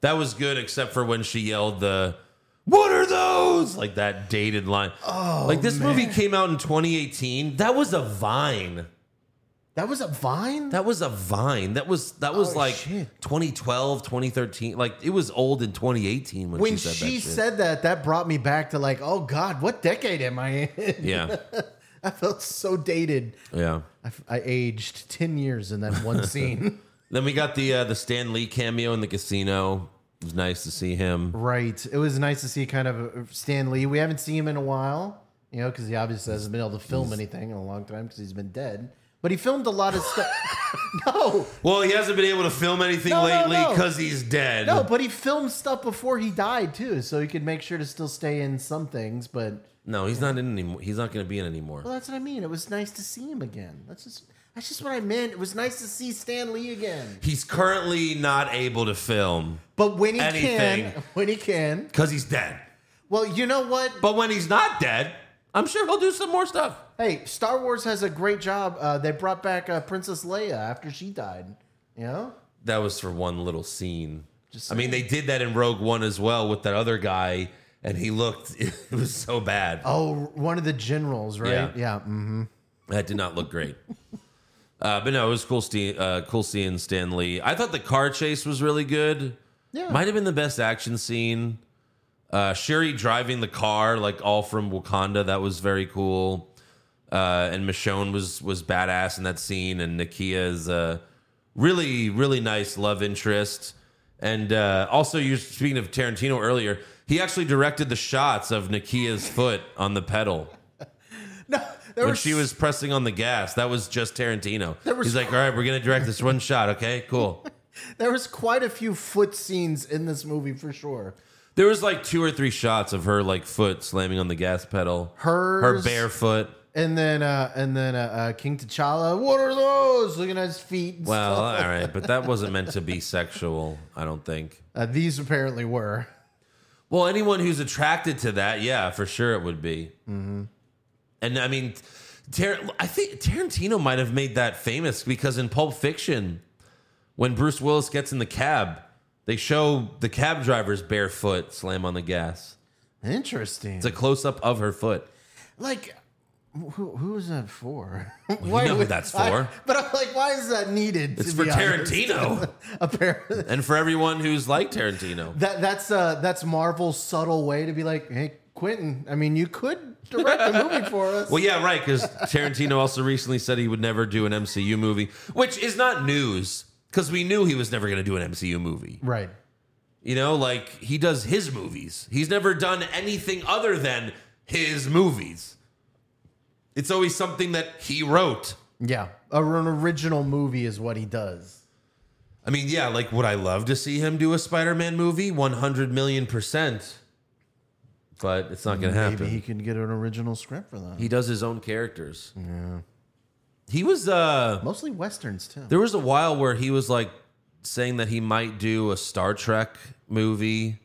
[SPEAKER 3] That was good, except for when she yelled the "What are those?" like that dated line. Oh, like this movie came out in 2018. That was a Vine.
[SPEAKER 4] That was a vine.
[SPEAKER 3] That was a Vine. That was that was
[SPEAKER 4] Oh,
[SPEAKER 3] like
[SPEAKER 4] shit.
[SPEAKER 3] 2012, 2013. Like it was old in 2018 when,
[SPEAKER 4] when
[SPEAKER 3] she said
[SPEAKER 4] she
[SPEAKER 3] that. shit.
[SPEAKER 4] said that, that brought me back to like, oh God, what decade am I in?
[SPEAKER 3] yeah,
[SPEAKER 4] I felt so dated.
[SPEAKER 3] yeah.
[SPEAKER 4] I, f- I aged ten years in that one scene.
[SPEAKER 3] Then we got the uh, the Stan Lee cameo in the casino. It was nice to see him.
[SPEAKER 4] Right. It was nice to see kind of uh, Stan Lee. We haven't seen him in a while, you know, because he obviously hasn't been able to film anything in a long time because he's been dead. But he filmed a lot of stuff. no,
[SPEAKER 3] Well, he hasn't been able to film anything
[SPEAKER 4] No, no,
[SPEAKER 3] lately
[SPEAKER 4] no.
[SPEAKER 3] because he's dead.
[SPEAKER 4] no, but he filmed stuff before he died too, so he could make sure to still stay in some things. But
[SPEAKER 3] No, he's not in anymore. He's not going to be in anymore.
[SPEAKER 4] well, that's what I mean. It was nice to see him again. That's just that's just what I meant. It was nice to see Stan Lee again.
[SPEAKER 3] He's currently not able to film
[SPEAKER 4] But when he
[SPEAKER 3] Anything.
[SPEAKER 4] can, when he can,
[SPEAKER 3] because he's dead.
[SPEAKER 4] well, you know what?
[SPEAKER 3] But when he's not dead, I'm sure he'll do some more stuff.
[SPEAKER 4] Hey, Star Wars has a great job. Uh, they brought back uh, Princess Leia after she died. You know,
[SPEAKER 3] That was for one little scene.
[SPEAKER 4] Just
[SPEAKER 3] I mean, they did that in Rogue One as well with that other guy, and he looked. It was so bad.
[SPEAKER 4] Oh, one of the generals, right?
[SPEAKER 3] Yeah.
[SPEAKER 4] Yeah. hmm
[SPEAKER 3] That did not look great. Uh, but no, it was cool. Ste uh, cool seeing Stan Lee. I thought the car chase was really good.
[SPEAKER 4] Yeah.
[SPEAKER 3] Might have been the best action scene. Uh, Sherry driving the car, like all from Wakanda, that was very cool. Uh, and Michonne was was badass in that scene, and Nakia is a really really nice love interest. And uh, also, you were speaking of Tarantino earlier, he actually directed the shots of Nakia's foot on the pedal
[SPEAKER 4] No, there
[SPEAKER 3] when
[SPEAKER 4] were
[SPEAKER 3] she
[SPEAKER 4] s-
[SPEAKER 3] was pressing on the gas. That was just Tarantino.
[SPEAKER 4] There was-
[SPEAKER 3] He's like, all right, we're gonna direct this one shot. Okay, cool.
[SPEAKER 4] there was quite a few foot scenes in this movie for sure.
[SPEAKER 3] There was like two or three shots of her like foot slamming on the gas pedal. her
[SPEAKER 4] Hers-
[SPEAKER 3] barefoot.
[SPEAKER 4] And then, uh, and then uh, uh, King T'Challa. What are those? Looking at his feet. and
[SPEAKER 3] Well,
[SPEAKER 4] stuff.
[SPEAKER 3] all right, but that wasn't meant to be sexual. I don't think.
[SPEAKER 4] Uh, these apparently were.
[SPEAKER 3] Well, anyone who's attracted to that, yeah, for sure it would be. Mm-hmm. And I mean, Tar- I think Tarantino might have made that famous because in Pulp Fiction, when Bruce Willis gets in the cab, they show the cab driver's barefoot slam on the gas.
[SPEAKER 4] Interesting.
[SPEAKER 3] It's a close up of her foot.
[SPEAKER 4] like, who who is that for?
[SPEAKER 3] you know who
[SPEAKER 4] would-
[SPEAKER 3] that's
[SPEAKER 4] I-
[SPEAKER 3] for.
[SPEAKER 4] but I'm like, why is that needed?
[SPEAKER 3] It's
[SPEAKER 4] to
[SPEAKER 3] for
[SPEAKER 4] be honest?
[SPEAKER 3] Tarantino
[SPEAKER 4] apparently,
[SPEAKER 3] and for everyone who's like Tarantino.
[SPEAKER 4] That that's uh that's Marvel's subtle way to be like, hey Quentin, I mean you could direct a movie for us.
[SPEAKER 3] Well, yeah, right, because Tarantino also recently said he would never do an MCU movie, which is not news because we knew he was never going to do an MCU movie.
[SPEAKER 4] Right.
[SPEAKER 3] You know, like he does his movies. He's never done anything other than his movies. It's always something that he wrote.
[SPEAKER 4] Yeah. Or an original movie is what he does.
[SPEAKER 3] I mean, yeah, like would I love to see him do a Spider-Man movie? One hundred million percent. But it's not going to happen.
[SPEAKER 4] Maybe he
[SPEAKER 3] He-,
[SPEAKER 4] can get an original script for that.
[SPEAKER 3] does his own characters. Yeah. He was. uh
[SPEAKER 4] Mostly westerns too.
[SPEAKER 3] There was a while where he was like saying that he might do a Star Trek movie,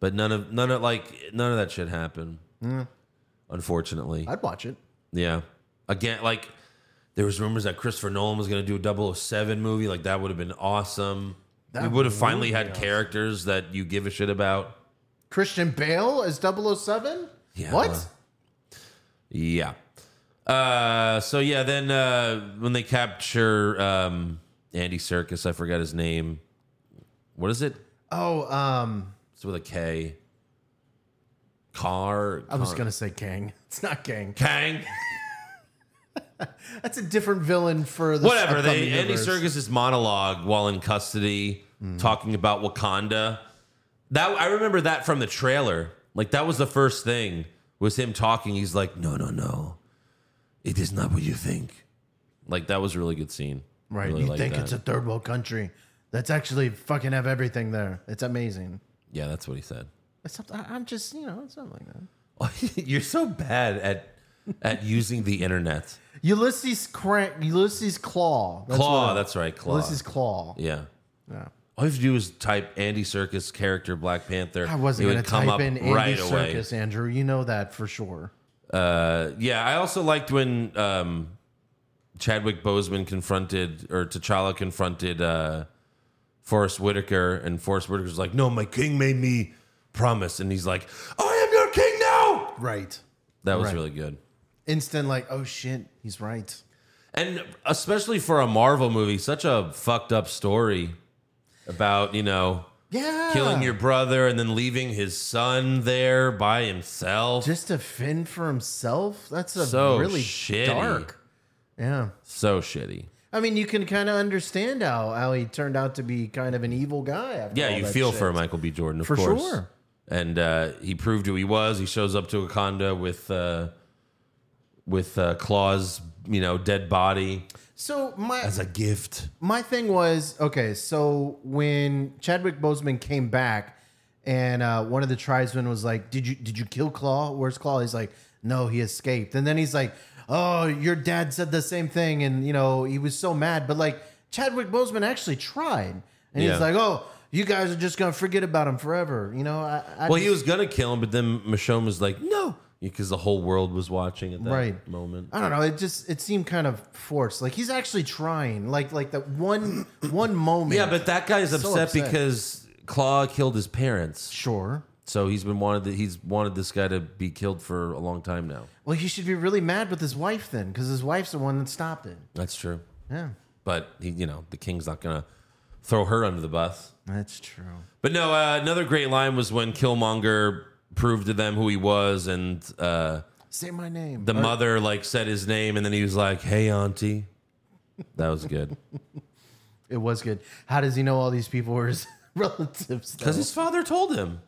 [SPEAKER 3] but none of none of like none of that shit happened. Unfortunately.
[SPEAKER 4] I'd watch it.
[SPEAKER 3] Yeah. Again, like there was rumors that Christopher Nolan was going to do a 007 movie. Like that would have been awesome.
[SPEAKER 4] That
[SPEAKER 3] we would have
[SPEAKER 4] would
[SPEAKER 3] finally
[SPEAKER 4] be
[SPEAKER 3] had
[SPEAKER 4] awesome.
[SPEAKER 3] characters that you give a shit about.
[SPEAKER 4] Christian Bale as 007?
[SPEAKER 3] Yeah.
[SPEAKER 4] What?
[SPEAKER 3] Yeah. Uh, so yeah, then uh, when they capture um, Andy Circus, I forgot his name. What is it?
[SPEAKER 4] Oh, um
[SPEAKER 3] It's with a K. Car.
[SPEAKER 4] I was gonna say Kang. It's not Kang.
[SPEAKER 3] Kang.
[SPEAKER 4] That's a different villain for the
[SPEAKER 3] whatever
[SPEAKER 4] upcoming
[SPEAKER 3] they Andy
[SPEAKER 4] universe.
[SPEAKER 3] Serkis's monologue while in custody talking about Wakanda. That I remember that from the trailer. Like that was the first thing was him talking. He's like, "No, no, no. It is not what you think." Like that was a really good scene.
[SPEAKER 4] Right.
[SPEAKER 3] Really
[SPEAKER 4] you
[SPEAKER 3] liked
[SPEAKER 4] think
[SPEAKER 3] that.
[SPEAKER 4] it's a third world country. That's actually fucking have everything there. It's amazing.
[SPEAKER 3] Yeah, that's what he said.
[SPEAKER 4] It's something- I- I'm just, you know, it's something like that.
[SPEAKER 3] You're so bad at at using the internet.
[SPEAKER 4] Ulysses Crank, Ulysses Claw. That's
[SPEAKER 3] Claw,
[SPEAKER 4] what-
[SPEAKER 3] that's right, Claw.
[SPEAKER 4] Ulysses Claw.
[SPEAKER 3] yeah.
[SPEAKER 4] Yeah.
[SPEAKER 3] All you have to do is type Andy Circus character Black Panther.
[SPEAKER 4] I wasn't
[SPEAKER 3] It would
[SPEAKER 4] going to
[SPEAKER 3] come
[SPEAKER 4] type
[SPEAKER 3] up
[SPEAKER 4] in Andy
[SPEAKER 3] away.
[SPEAKER 4] Circus, Andrew. You know that for sure.
[SPEAKER 3] Yeah, I also liked when um, Chadwick Boseman confronted or T'Challa confronted uh, Forrest Whitaker, and Forrest Whitaker's like, "No, my king made me promise," and he's like, "I am your king now."
[SPEAKER 4] Right.
[SPEAKER 3] That was
[SPEAKER 4] Right.
[SPEAKER 3] really good,
[SPEAKER 4] Instant, like, oh shit, he's right.
[SPEAKER 3] and especially for a Marvel movie, such a fucked up story about you know
[SPEAKER 4] Yeah.
[SPEAKER 3] killing your brother and then leaving his son there by himself.
[SPEAKER 4] Just to fend for himself? That's a
[SPEAKER 3] So
[SPEAKER 4] really
[SPEAKER 3] shitty.
[SPEAKER 4] dark. Yeah.
[SPEAKER 3] so shitty.
[SPEAKER 4] I mean, you can kind of understand how how he turned out to be kind of an evil guy. After
[SPEAKER 3] Yeah,
[SPEAKER 4] all
[SPEAKER 3] you
[SPEAKER 4] that
[SPEAKER 3] feel
[SPEAKER 4] shit.
[SPEAKER 3] for Michael B. Jordan, of
[SPEAKER 4] For
[SPEAKER 3] course.
[SPEAKER 4] sure.
[SPEAKER 3] And uh, he proved who he was. He shows up to Wakanda with uh, with uh, Claw's, you know, dead body
[SPEAKER 4] So my
[SPEAKER 3] as a gift.
[SPEAKER 4] my thing was okay. So when Chadwick Boseman came back, and uh, one of the tribesmen was like, "Did you did you kill Claw? Where's Claw?" He's like, "No, he escaped." And then he's like, "Oh, your dad said the same thing," and you know he was so mad. But like Chadwick Boseman actually tried, and
[SPEAKER 3] Yeah.
[SPEAKER 4] he's like, "Oh, you guys are just gonna forget about him forever," you know. I, I
[SPEAKER 3] Well,
[SPEAKER 4] just-
[SPEAKER 3] he was gonna kill him, but then Michonne was like, "No," because the whole world was watching at that
[SPEAKER 4] Right.
[SPEAKER 3] moment.
[SPEAKER 4] I don't know. It just it seemed kind of forced. Like he's actually trying. Like like that one one moment.
[SPEAKER 3] Yeah, but that guy's
[SPEAKER 4] So
[SPEAKER 3] upset,
[SPEAKER 4] upset.
[SPEAKER 3] because Claw killed his parents,
[SPEAKER 4] sure.
[SPEAKER 3] so he's been wanted. He's wanted this guy to be killed for a long time now.
[SPEAKER 4] Well, he should be really mad with his wife then, because his wife's the one that stopped it.
[SPEAKER 3] That's true,
[SPEAKER 4] Yeah,
[SPEAKER 3] but he, you know, the king's not gonna throw her under the bus.
[SPEAKER 4] that's true.
[SPEAKER 3] But no, uh, another great line was when Killmonger proved to them who he was, and uh,
[SPEAKER 4] Say my name.
[SPEAKER 3] the
[SPEAKER 4] Or-
[SPEAKER 3] mother like said his name, and then he was like, "Hey, auntie." That was good
[SPEAKER 4] it was good. How does he know all these people were his relatives? though?
[SPEAKER 3] because his father told him.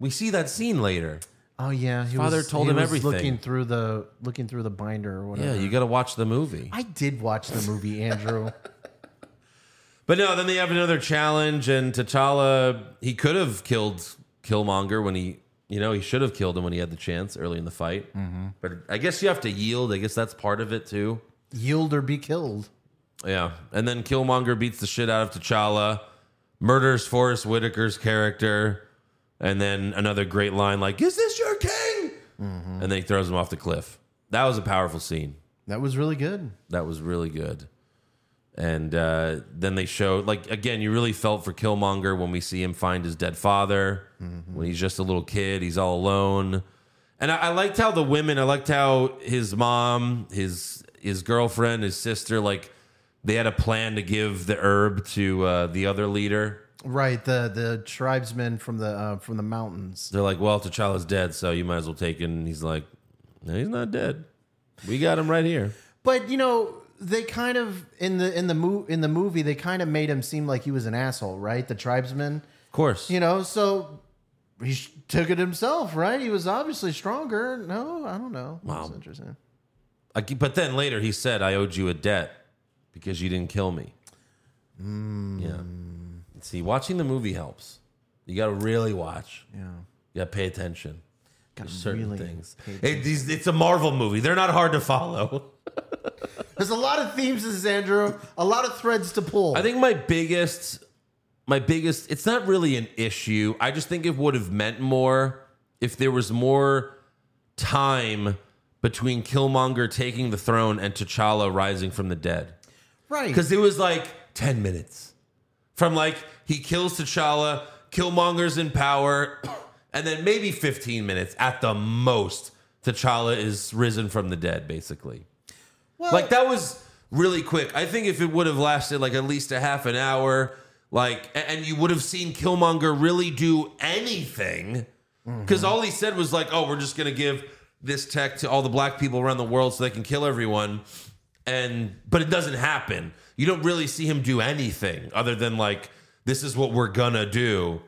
[SPEAKER 3] We see that scene later.
[SPEAKER 4] oh yeah, his
[SPEAKER 3] father told him everything.
[SPEAKER 4] Looking through the looking through the binder or
[SPEAKER 3] Yeah,
[SPEAKER 4] whatever.
[SPEAKER 3] you got to watch the movie.
[SPEAKER 4] I did watch the movie Andrew.
[SPEAKER 3] But no, then they have another challenge, and T'Challa he could have killed Killmonger when he, you know, he should have killed him when he had the chance early in the fight. But I guess you have to yield. I guess that's part of it too.
[SPEAKER 4] Yield or be killed.
[SPEAKER 3] Yeah, and then Killmonger beats the shit out of T'Challa, murders Forrest Whitaker's character, and then another great line like, "Is this your king?" And then he throws him off the cliff. That was a powerful scene.
[SPEAKER 4] That was really good.
[SPEAKER 3] That was really good. And uh, then they show, like, again, you really felt for Killmonger when we see him find his dead father. When he's just a little kid, he's all alone. And I, I liked how the women, I liked how his mom, his his girlfriend, his sister, like, they had a plan to give the herb to uh, the other leader.
[SPEAKER 4] Right, the the tribesmen from the uh, from the mountains.
[SPEAKER 3] They're like, well, T'Challa's dead, so you might as well take it. And he's like, no, he's not dead. We got him right here.
[SPEAKER 4] But you know, they kind of in the in the mo- in the movie they kind of made him seem like he was an asshole, right? The tribesman,
[SPEAKER 3] Of course.
[SPEAKER 4] you know. So he sh- took it himself, right? He was obviously stronger. No, I don't know. Wow, That's interesting.
[SPEAKER 3] I keep- but then later he said, "I owed you a debt because you didn't kill me."
[SPEAKER 4] Hmm.
[SPEAKER 3] Yeah. See, watching the movie helps. You got to really watch.
[SPEAKER 4] Yeah,
[SPEAKER 3] You got to pay attention.
[SPEAKER 4] Got
[SPEAKER 3] to Certain
[SPEAKER 4] really
[SPEAKER 3] things.
[SPEAKER 4] paid
[SPEAKER 3] It- these- it's a Marvel movie. They're not hard to follow.
[SPEAKER 4] There's a lot of themes, this is Andrew. A lot of threads to pull.
[SPEAKER 3] I think my biggest, my biggest. It's not really an issue. I just think it would have meant more if there was more time between Killmonger taking the throne and T'Challa rising from the dead.
[SPEAKER 4] right.
[SPEAKER 3] Because it was like 10 minutes from like he kills T'Challa, Killmonger's in power, and then maybe 15 minutes at the most. T'Challa is risen from the dead, basically.
[SPEAKER 4] Well-
[SPEAKER 3] like that was really quick. I think if it would have lasted like at least a half an hour, like, a- and you would have seen Killmonger really do anything. Because all he said was like, "Oh, we're just gonna give this tech to all the black people around the world so they can kill everyone," and but it doesn't happen. You don't really see him do anything other than like, "This is what we're gonna do."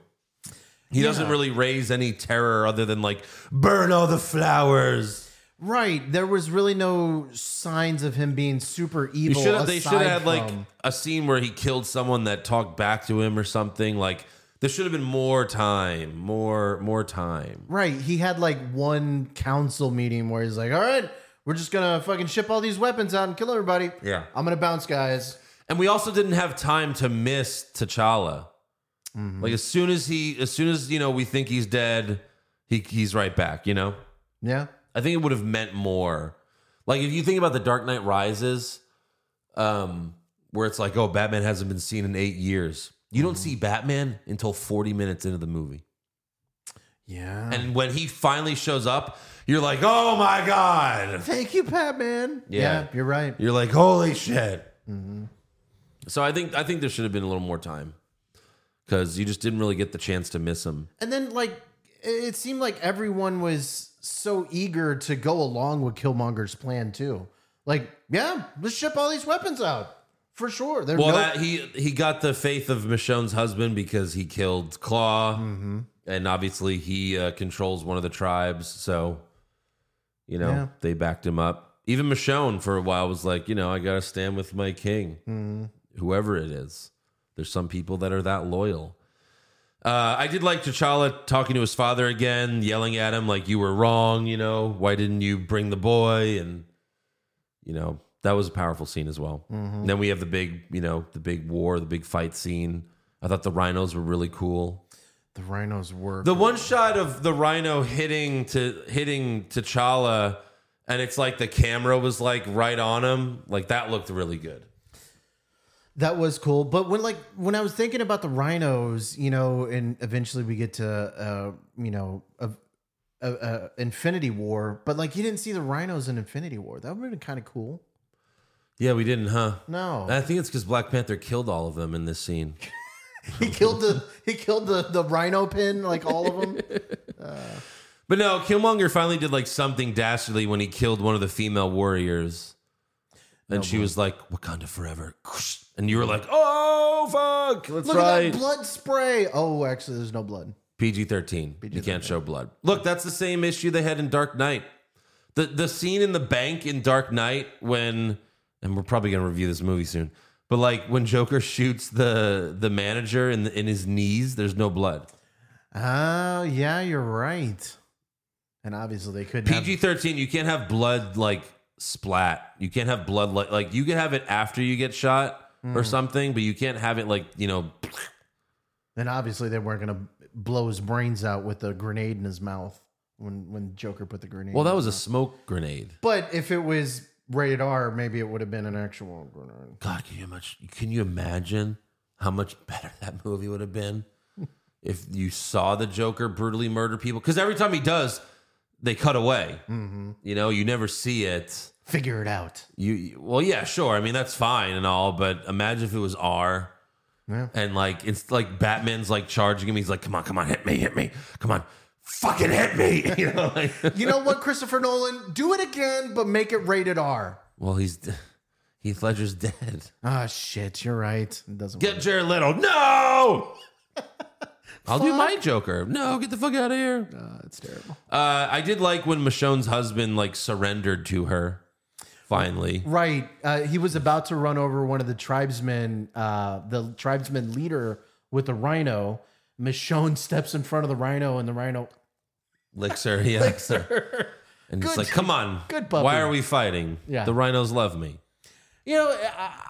[SPEAKER 3] He doesn't really raise any terror other than like, "Burn all the flowers."
[SPEAKER 4] right. There was really no signs of him being super
[SPEAKER 3] You
[SPEAKER 4] evil.
[SPEAKER 3] should have. They should have
[SPEAKER 4] aside
[SPEAKER 3] had like
[SPEAKER 4] from-
[SPEAKER 3] a scene where he killed someone that talked back to him or something. Like there should have been more time, more more time.
[SPEAKER 4] Right. He had like one council meeting where he's like, all right, we're just going to fucking ship all these weapons out and kill everybody.
[SPEAKER 3] Yeah.
[SPEAKER 4] I'm going to bounce, guys.
[SPEAKER 3] And we also didn't have time to miss T'Challa.
[SPEAKER 4] Mm-hmm.
[SPEAKER 3] Like as soon as he, as soon as you know, we think he's dead, he he's right back. You know,
[SPEAKER 4] Yeah.
[SPEAKER 3] I think it would have meant more. Like if you think about the Dark Knight Rises, um, where it's like, oh, Batman hasn't been seen in eight years. You
[SPEAKER 4] Mm-hmm.
[SPEAKER 3] don't see Batman until forty minutes into the movie,
[SPEAKER 4] Yeah.
[SPEAKER 3] and when he finally shows up, you're like, oh my god,
[SPEAKER 4] Thank you, Batman.
[SPEAKER 3] Yeah.
[SPEAKER 4] you're right.
[SPEAKER 3] You're like, holy shit. So I think I think there should have been a little more time because you just didn't really get the chance to miss him.
[SPEAKER 4] And then, like, it seemed like everyone was so eager to go along with Killmonger's plan, too. Like, yeah, let's ship all these weapons out. for sure. There
[SPEAKER 3] Well,
[SPEAKER 4] no,
[SPEAKER 3] that, he he got the faith of Michonne's husband because he killed Claw,
[SPEAKER 4] Mm-hmm.
[SPEAKER 3] and obviously he uh, controls one of the tribes. So, you know,
[SPEAKER 4] Yeah.
[SPEAKER 3] they backed him up. Even Michonne for a while was like, you know, I gotta stand with my king,
[SPEAKER 4] Mm-hmm.
[SPEAKER 3] whoever it is. There's some people that are that loyal. Uh, I did like T'Challa talking to his father again, yelling at him like, "You were wrong," you know. Why didn't you bring the boy? And you know that was a powerful scene as well And then we have the big you know the big war the big fight scene i thought the rhinos were really cool
[SPEAKER 4] the rhinos were
[SPEAKER 3] the one shot of the rhino hitting to hitting t'challa and it's like the camera was like right on him like that looked really good
[SPEAKER 4] That was cool. But when like when I was thinking about the rhinos, you know, and eventually we get to uh, you know, a, a, a Infinity War, but like you didn't see the rhinos in Infinity War. That would have been kind of cool.
[SPEAKER 3] yeah we didn't huh
[SPEAKER 4] No.
[SPEAKER 3] i think it's because black panther killed all of them in this scene
[SPEAKER 4] he killed the he killed the the rhino pin like all of them.
[SPEAKER 3] but no killmonger finally did like something dastardly when he killed one of the female warriors and she was like wakanda forever and you were like oh fuck let's
[SPEAKER 4] Look
[SPEAKER 3] try
[SPEAKER 4] at that blood spray. Oh, actually there's no blood.
[SPEAKER 3] PG thirteen. You can't show blood. Look, that's the same issue they had in Dark Knight. The the scene in the bank in Dark Knight when and we're probably gonna review this movie soon. But like when Joker shoots the the manager in the, in his knees, there's no blood.
[SPEAKER 4] Oh, yeah, you're right. And obviously they couldn't have-
[SPEAKER 3] PG thirteen. You can't have blood like splat. You can't have blood like like you can have it after you get shot or something, but you can't have it like you know.
[SPEAKER 4] And obviously, they weren't going to blow his brains out with a grenade in his mouth when when Joker put the grenade.
[SPEAKER 3] Well, that
[SPEAKER 4] in
[SPEAKER 3] was a
[SPEAKER 4] his
[SPEAKER 3] smoke grenade.
[SPEAKER 4] mouth. But if it was rated R, maybe it would have been an actual grenade.
[SPEAKER 3] God, can you much? Can you imagine how much better that movie would have been if you saw the Joker brutally murder people? Because every time he does, they cut away. You know, you never see it.
[SPEAKER 4] Figure it out.
[SPEAKER 3] You- You well, yeah, sure. I mean, that's fine and all, but imagine if it was R.
[SPEAKER 4] Yeah.
[SPEAKER 3] And like it's like Batman's like charging him. He's like, "Come on, come on, hit me, hit me, come on, fucking hit me!" You know, like,
[SPEAKER 4] You know what, Christopher Nolan? Do it again, but make it rated R.
[SPEAKER 3] well, he's Heath Ledger's dead.
[SPEAKER 4] Ah, shit, you're right. It doesn't.
[SPEAKER 3] Get
[SPEAKER 4] work.
[SPEAKER 3] Jared Leto. No. I'll do my Joker. No, get the fuck out of here.
[SPEAKER 4] Ah, it's terrible.
[SPEAKER 3] Uh, I did like when Michonne's husband like surrendered to her. Finally,
[SPEAKER 4] Right. Uh, he was about to run over one of the tribesmen, uh, the tribesman leader with the rhino. Michonne steps in front of the rhino, and the rhino.
[SPEAKER 3] licks her. Yeah, licks her. And it's
[SPEAKER 4] Good-
[SPEAKER 3] like, come on.
[SPEAKER 4] good puppy.
[SPEAKER 3] Why are we fighting?
[SPEAKER 4] Yeah.
[SPEAKER 3] The rhinos love me.
[SPEAKER 4] you know, I,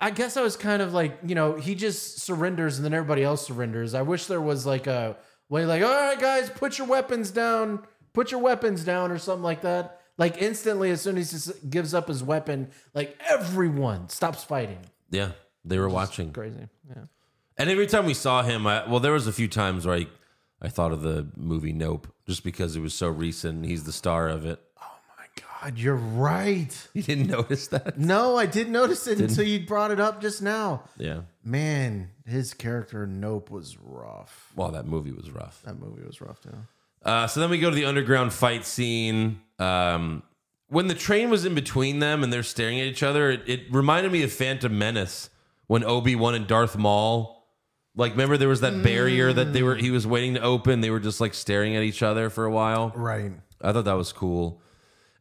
[SPEAKER 4] I guess I was kind of like, you know, he just surrenders and then everybody else surrenders. I wish there was like a way, like, all right, guys, put your weapons down, put your weapons down, or something like that. Like instantly, as soon as he s- gives up his weapon, like everyone stops fighting.
[SPEAKER 3] Yeah, they were watching.
[SPEAKER 4] Crazy, yeah.
[SPEAKER 3] And every time we saw him, I, well, there was a few times where I, I thought of the movie Nope, just because it was so recent. and He's the star of it.
[SPEAKER 4] My God, you're right.
[SPEAKER 3] You didn't notice that?
[SPEAKER 4] No, I did notice it until you brought it up just now.
[SPEAKER 3] Yeah.
[SPEAKER 4] Man, his character Nope was rough.
[SPEAKER 3] Well, that movie was rough.
[SPEAKER 4] That movie was rough too.
[SPEAKER 3] Uh, so then we go to the underground fight scene. Um, when the train was in between them and they're staring at each other, it, it reminded me of Phantom Menace when Obi Wan and Darth Maul. Like, remember there was that barrier that they were he was waiting to open. They were just like staring at each other for a while.
[SPEAKER 4] Right.
[SPEAKER 3] I thought that was cool.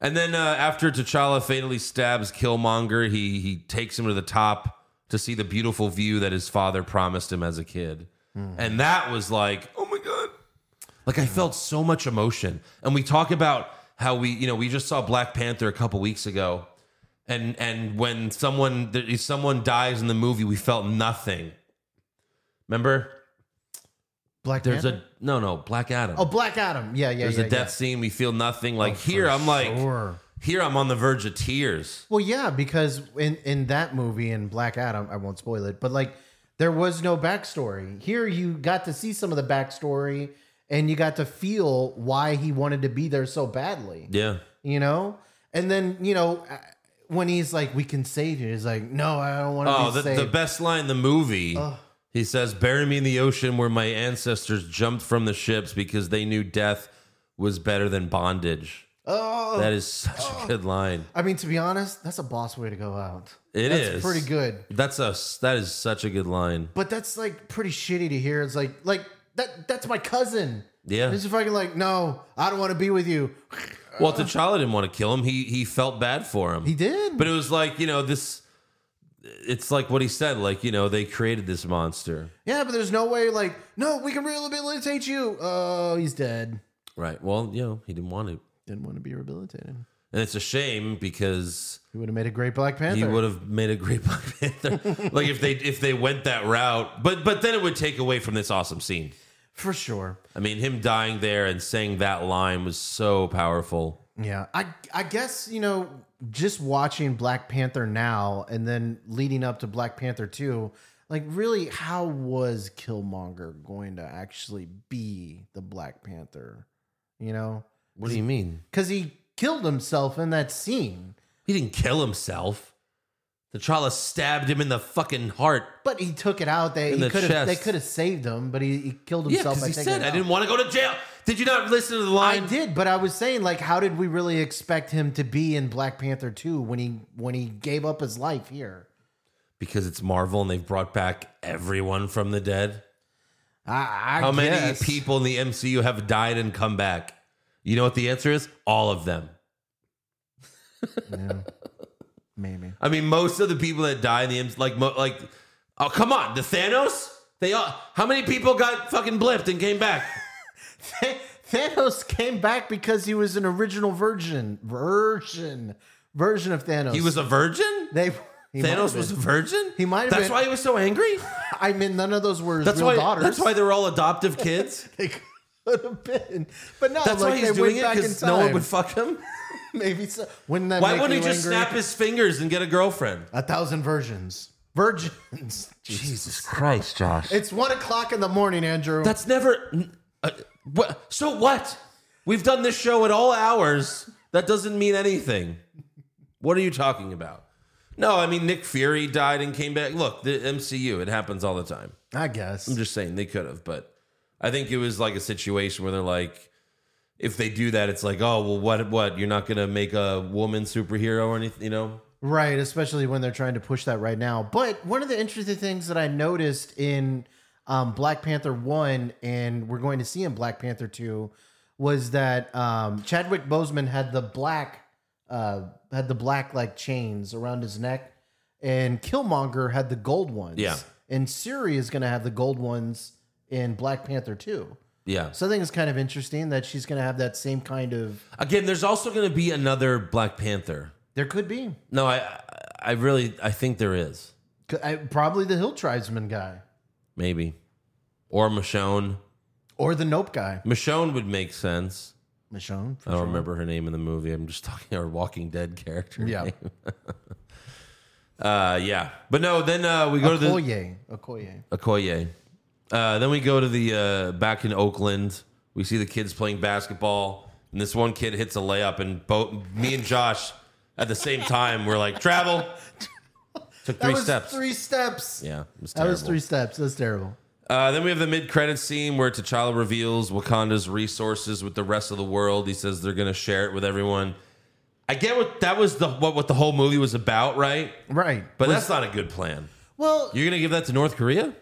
[SPEAKER 3] And then uh, after T'Challa fatally stabs Killmonger, he he takes him to the top to see the beautiful view that his father promised him as a kid.
[SPEAKER 4] Mm-hmm.
[SPEAKER 3] And that was like, oh my god. Like I felt so much emotion. And we talk about how we, you know, we just saw Black Panther a couple weeks ago. And and when someone there- if someone dies in the movie, we felt nothing. Remember?
[SPEAKER 4] Black.
[SPEAKER 3] There's
[SPEAKER 4] Panther?
[SPEAKER 3] a no, no, Black Adam.
[SPEAKER 4] oh Black Adam. Yeah, yeah.
[SPEAKER 3] There's
[SPEAKER 4] yeah, Oh,
[SPEAKER 3] a death scene, we feel nothing. Like here I'm like
[SPEAKER 4] Sure.
[SPEAKER 3] here I'm on the verge of tears.
[SPEAKER 4] Well, yeah, because in in that movie in Black Adam, I won't spoil it, but like there was no backstory. Here, you got to see some of the backstory, and you got to feel why he wanted to be there so badly.
[SPEAKER 3] Yeah.
[SPEAKER 4] You know, and then you know uh, when he's like, "We can save you," he's like, "No, I don't want to
[SPEAKER 3] Oh,
[SPEAKER 4] be
[SPEAKER 3] the,
[SPEAKER 4] saved."
[SPEAKER 3] the best line in the movie.
[SPEAKER 4] Oh.
[SPEAKER 3] He says, "Bury me in the ocean where my ancestors jumped from the ships because they knew death was better than bondage."
[SPEAKER 4] Oh,
[SPEAKER 3] That is such a good line.
[SPEAKER 4] I mean, to be honest, that's a boss way to go out.
[SPEAKER 3] It
[SPEAKER 4] that's
[SPEAKER 3] is.
[SPEAKER 4] pretty good.
[SPEAKER 3] That's a that is such a good line.
[SPEAKER 4] But that's like pretty shitty to hear. It's like like that. That's my cousin.
[SPEAKER 3] Yeah.
[SPEAKER 4] It's fucking like, no, I don't want to be with you.
[SPEAKER 3] Well, T'Challa didn't want to kill him. He he felt bad for him.
[SPEAKER 4] uh, He did.
[SPEAKER 3] But it was like, you know, this it's like what he said, like, you know, they created this monster.
[SPEAKER 4] yeah, but there's no way. Like, no, we can rehabilitate you. Oh, he's dead.
[SPEAKER 3] Right. Well, you know, he didn't want it.
[SPEAKER 4] Didn't want to be rehabilitated.
[SPEAKER 3] And it's a shame because
[SPEAKER 4] He would have made a great Black Panther.
[SPEAKER 3] he would have made a great Black Panther. like if they if they went that route. But but then it would take away from this awesome scene.
[SPEAKER 4] for sure.
[SPEAKER 3] I mean, him dying there and saying that line was so powerful.
[SPEAKER 4] Yeah, I I guess you know just watching Black Panther now and then leading up to Black Panther two, like really, how was Killmonger going to actually be the Black Panther? You know,
[SPEAKER 3] What do you mean?
[SPEAKER 4] because he killed himself in that scene,
[SPEAKER 3] He didn't kill himself. T'Challa stabbed him in the fucking heart.
[SPEAKER 4] but he took it out. They
[SPEAKER 3] In
[SPEAKER 4] he
[SPEAKER 3] the
[SPEAKER 4] could have they
[SPEAKER 3] chest.
[SPEAKER 4] could have saved him, but he, he killed
[SPEAKER 3] Yeah,
[SPEAKER 4] himself.
[SPEAKER 3] because
[SPEAKER 4] by
[SPEAKER 3] he
[SPEAKER 4] taking
[SPEAKER 3] said,
[SPEAKER 4] it
[SPEAKER 3] I
[SPEAKER 4] out.
[SPEAKER 3] didn't want to go to jail. Did you not listen to the
[SPEAKER 4] I
[SPEAKER 3] line?
[SPEAKER 4] did, but I was saying like, how did we really expect him to be in Black Panther two when he when he gave up his life here?
[SPEAKER 3] Because it's Marvel and they've brought back everyone from the dead.
[SPEAKER 4] I, I
[SPEAKER 3] How many
[SPEAKER 4] guess.
[SPEAKER 3] people in the MCU have died and come back? You know what the answer is? All of them.
[SPEAKER 4] Yeah. Maybe.
[SPEAKER 3] I mean, most of the people that die in the MCU, like, mo- like, oh come on, the Thanos. They all. How many people got fucking blipped and came back?
[SPEAKER 4] Thanos came back because he was an original virgin. Virgin. Version of Thanos.
[SPEAKER 3] He was a virgin.
[SPEAKER 4] They. he might have
[SPEAKER 3] Thanos was a
[SPEAKER 4] been.
[SPEAKER 3] virgin.
[SPEAKER 4] He might have
[SPEAKER 3] That's
[SPEAKER 4] been.
[SPEAKER 3] why he was so angry.
[SPEAKER 4] I mean, none of those were his
[SPEAKER 3] That's
[SPEAKER 4] real
[SPEAKER 3] why.
[SPEAKER 4] daughters.
[SPEAKER 3] That's why they're all adoptive kids.
[SPEAKER 4] they could have been. But no,
[SPEAKER 3] That's
[SPEAKER 4] like
[SPEAKER 3] why
[SPEAKER 4] they
[SPEAKER 3] he's doing
[SPEAKER 4] went
[SPEAKER 3] it
[SPEAKER 4] back in
[SPEAKER 3] because
[SPEAKER 4] time.
[SPEAKER 3] no one would fuck him.
[SPEAKER 4] Maybe so. Wouldn't that
[SPEAKER 3] Why
[SPEAKER 4] make
[SPEAKER 3] wouldn't he
[SPEAKER 4] you
[SPEAKER 3] just
[SPEAKER 4] angry?
[SPEAKER 3] snap his fingers and get a girlfriend?
[SPEAKER 4] a thousand virgins? Virgins.
[SPEAKER 3] Jesus Christ, Josh.
[SPEAKER 4] It's one o'clock in the morning, Andrew.
[SPEAKER 3] That's never. n- Uh, what, so what? We've done this show at all hours. That doesn't mean anything. What are you talking about? No, I mean Nick Fury died and came back. Look, the MCU, it happens all the time.
[SPEAKER 4] I guess.
[SPEAKER 3] I'm just saying they could have, but I think it was like a situation where they're like, if they do that, it's like, oh well, what? What? You're not gonna make a woman superhero or anything, you know?
[SPEAKER 4] Right, especially when they're trying to push that right now. But one of the interesting things that I noticed in um, Black Panther 1 and we're going to see in Black Panther 2 was that um, Chadwick Boseman had the black uh, had the black like chains around his neck and Killmonger had the gold ones.
[SPEAKER 3] Yeah.
[SPEAKER 4] And Siri is going to have the gold ones in Black Panther 2.
[SPEAKER 3] Yeah.
[SPEAKER 4] So I think it's kind of interesting that she's going to have that same kind of
[SPEAKER 3] Again, there's also gonna be another Black Panther.
[SPEAKER 4] there could be
[SPEAKER 3] No, I, I- I really, I think there is.
[SPEAKER 4] C- I- probably the Hill Tribesman guy.
[SPEAKER 3] maybe. Or Michonne.
[SPEAKER 4] Or the Nope guy,
[SPEAKER 3] Michonne would make sense.
[SPEAKER 4] Michonne. For
[SPEAKER 3] I don't
[SPEAKER 4] sure.
[SPEAKER 3] remember her name in the movie. I'm just talking our Walking Dead character.
[SPEAKER 4] Yeah.
[SPEAKER 3] name. uh, yeah. But no, then uh, we go to the
[SPEAKER 4] Okoye. Okoye.
[SPEAKER 3] Okoye. Uh, then we go to the uh, back in Oakland. We see the kids playing basketball, and this one kid hits a layup, and both me and Josh at the same time we're like, "Travel." Took
[SPEAKER 4] That
[SPEAKER 3] three
[SPEAKER 4] was
[SPEAKER 3] steps.
[SPEAKER 4] Three steps.
[SPEAKER 3] Yeah, it was
[SPEAKER 4] that was
[SPEAKER 3] terrible.
[SPEAKER 4] three steps. That's terrible.
[SPEAKER 3] Uh, then we have the mid-credit scene where T'Challa reveals Wakanda's resources with the rest of the world. He says they're going to share it with everyone. I get what that was the what, what the whole movie was about, right?
[SPEAKER 4] Right.
[SPEAKER 3] But that's not a good plan.
[SPEAKER 4] well,
[SPEAKER 3] You're going to give that to North Korea?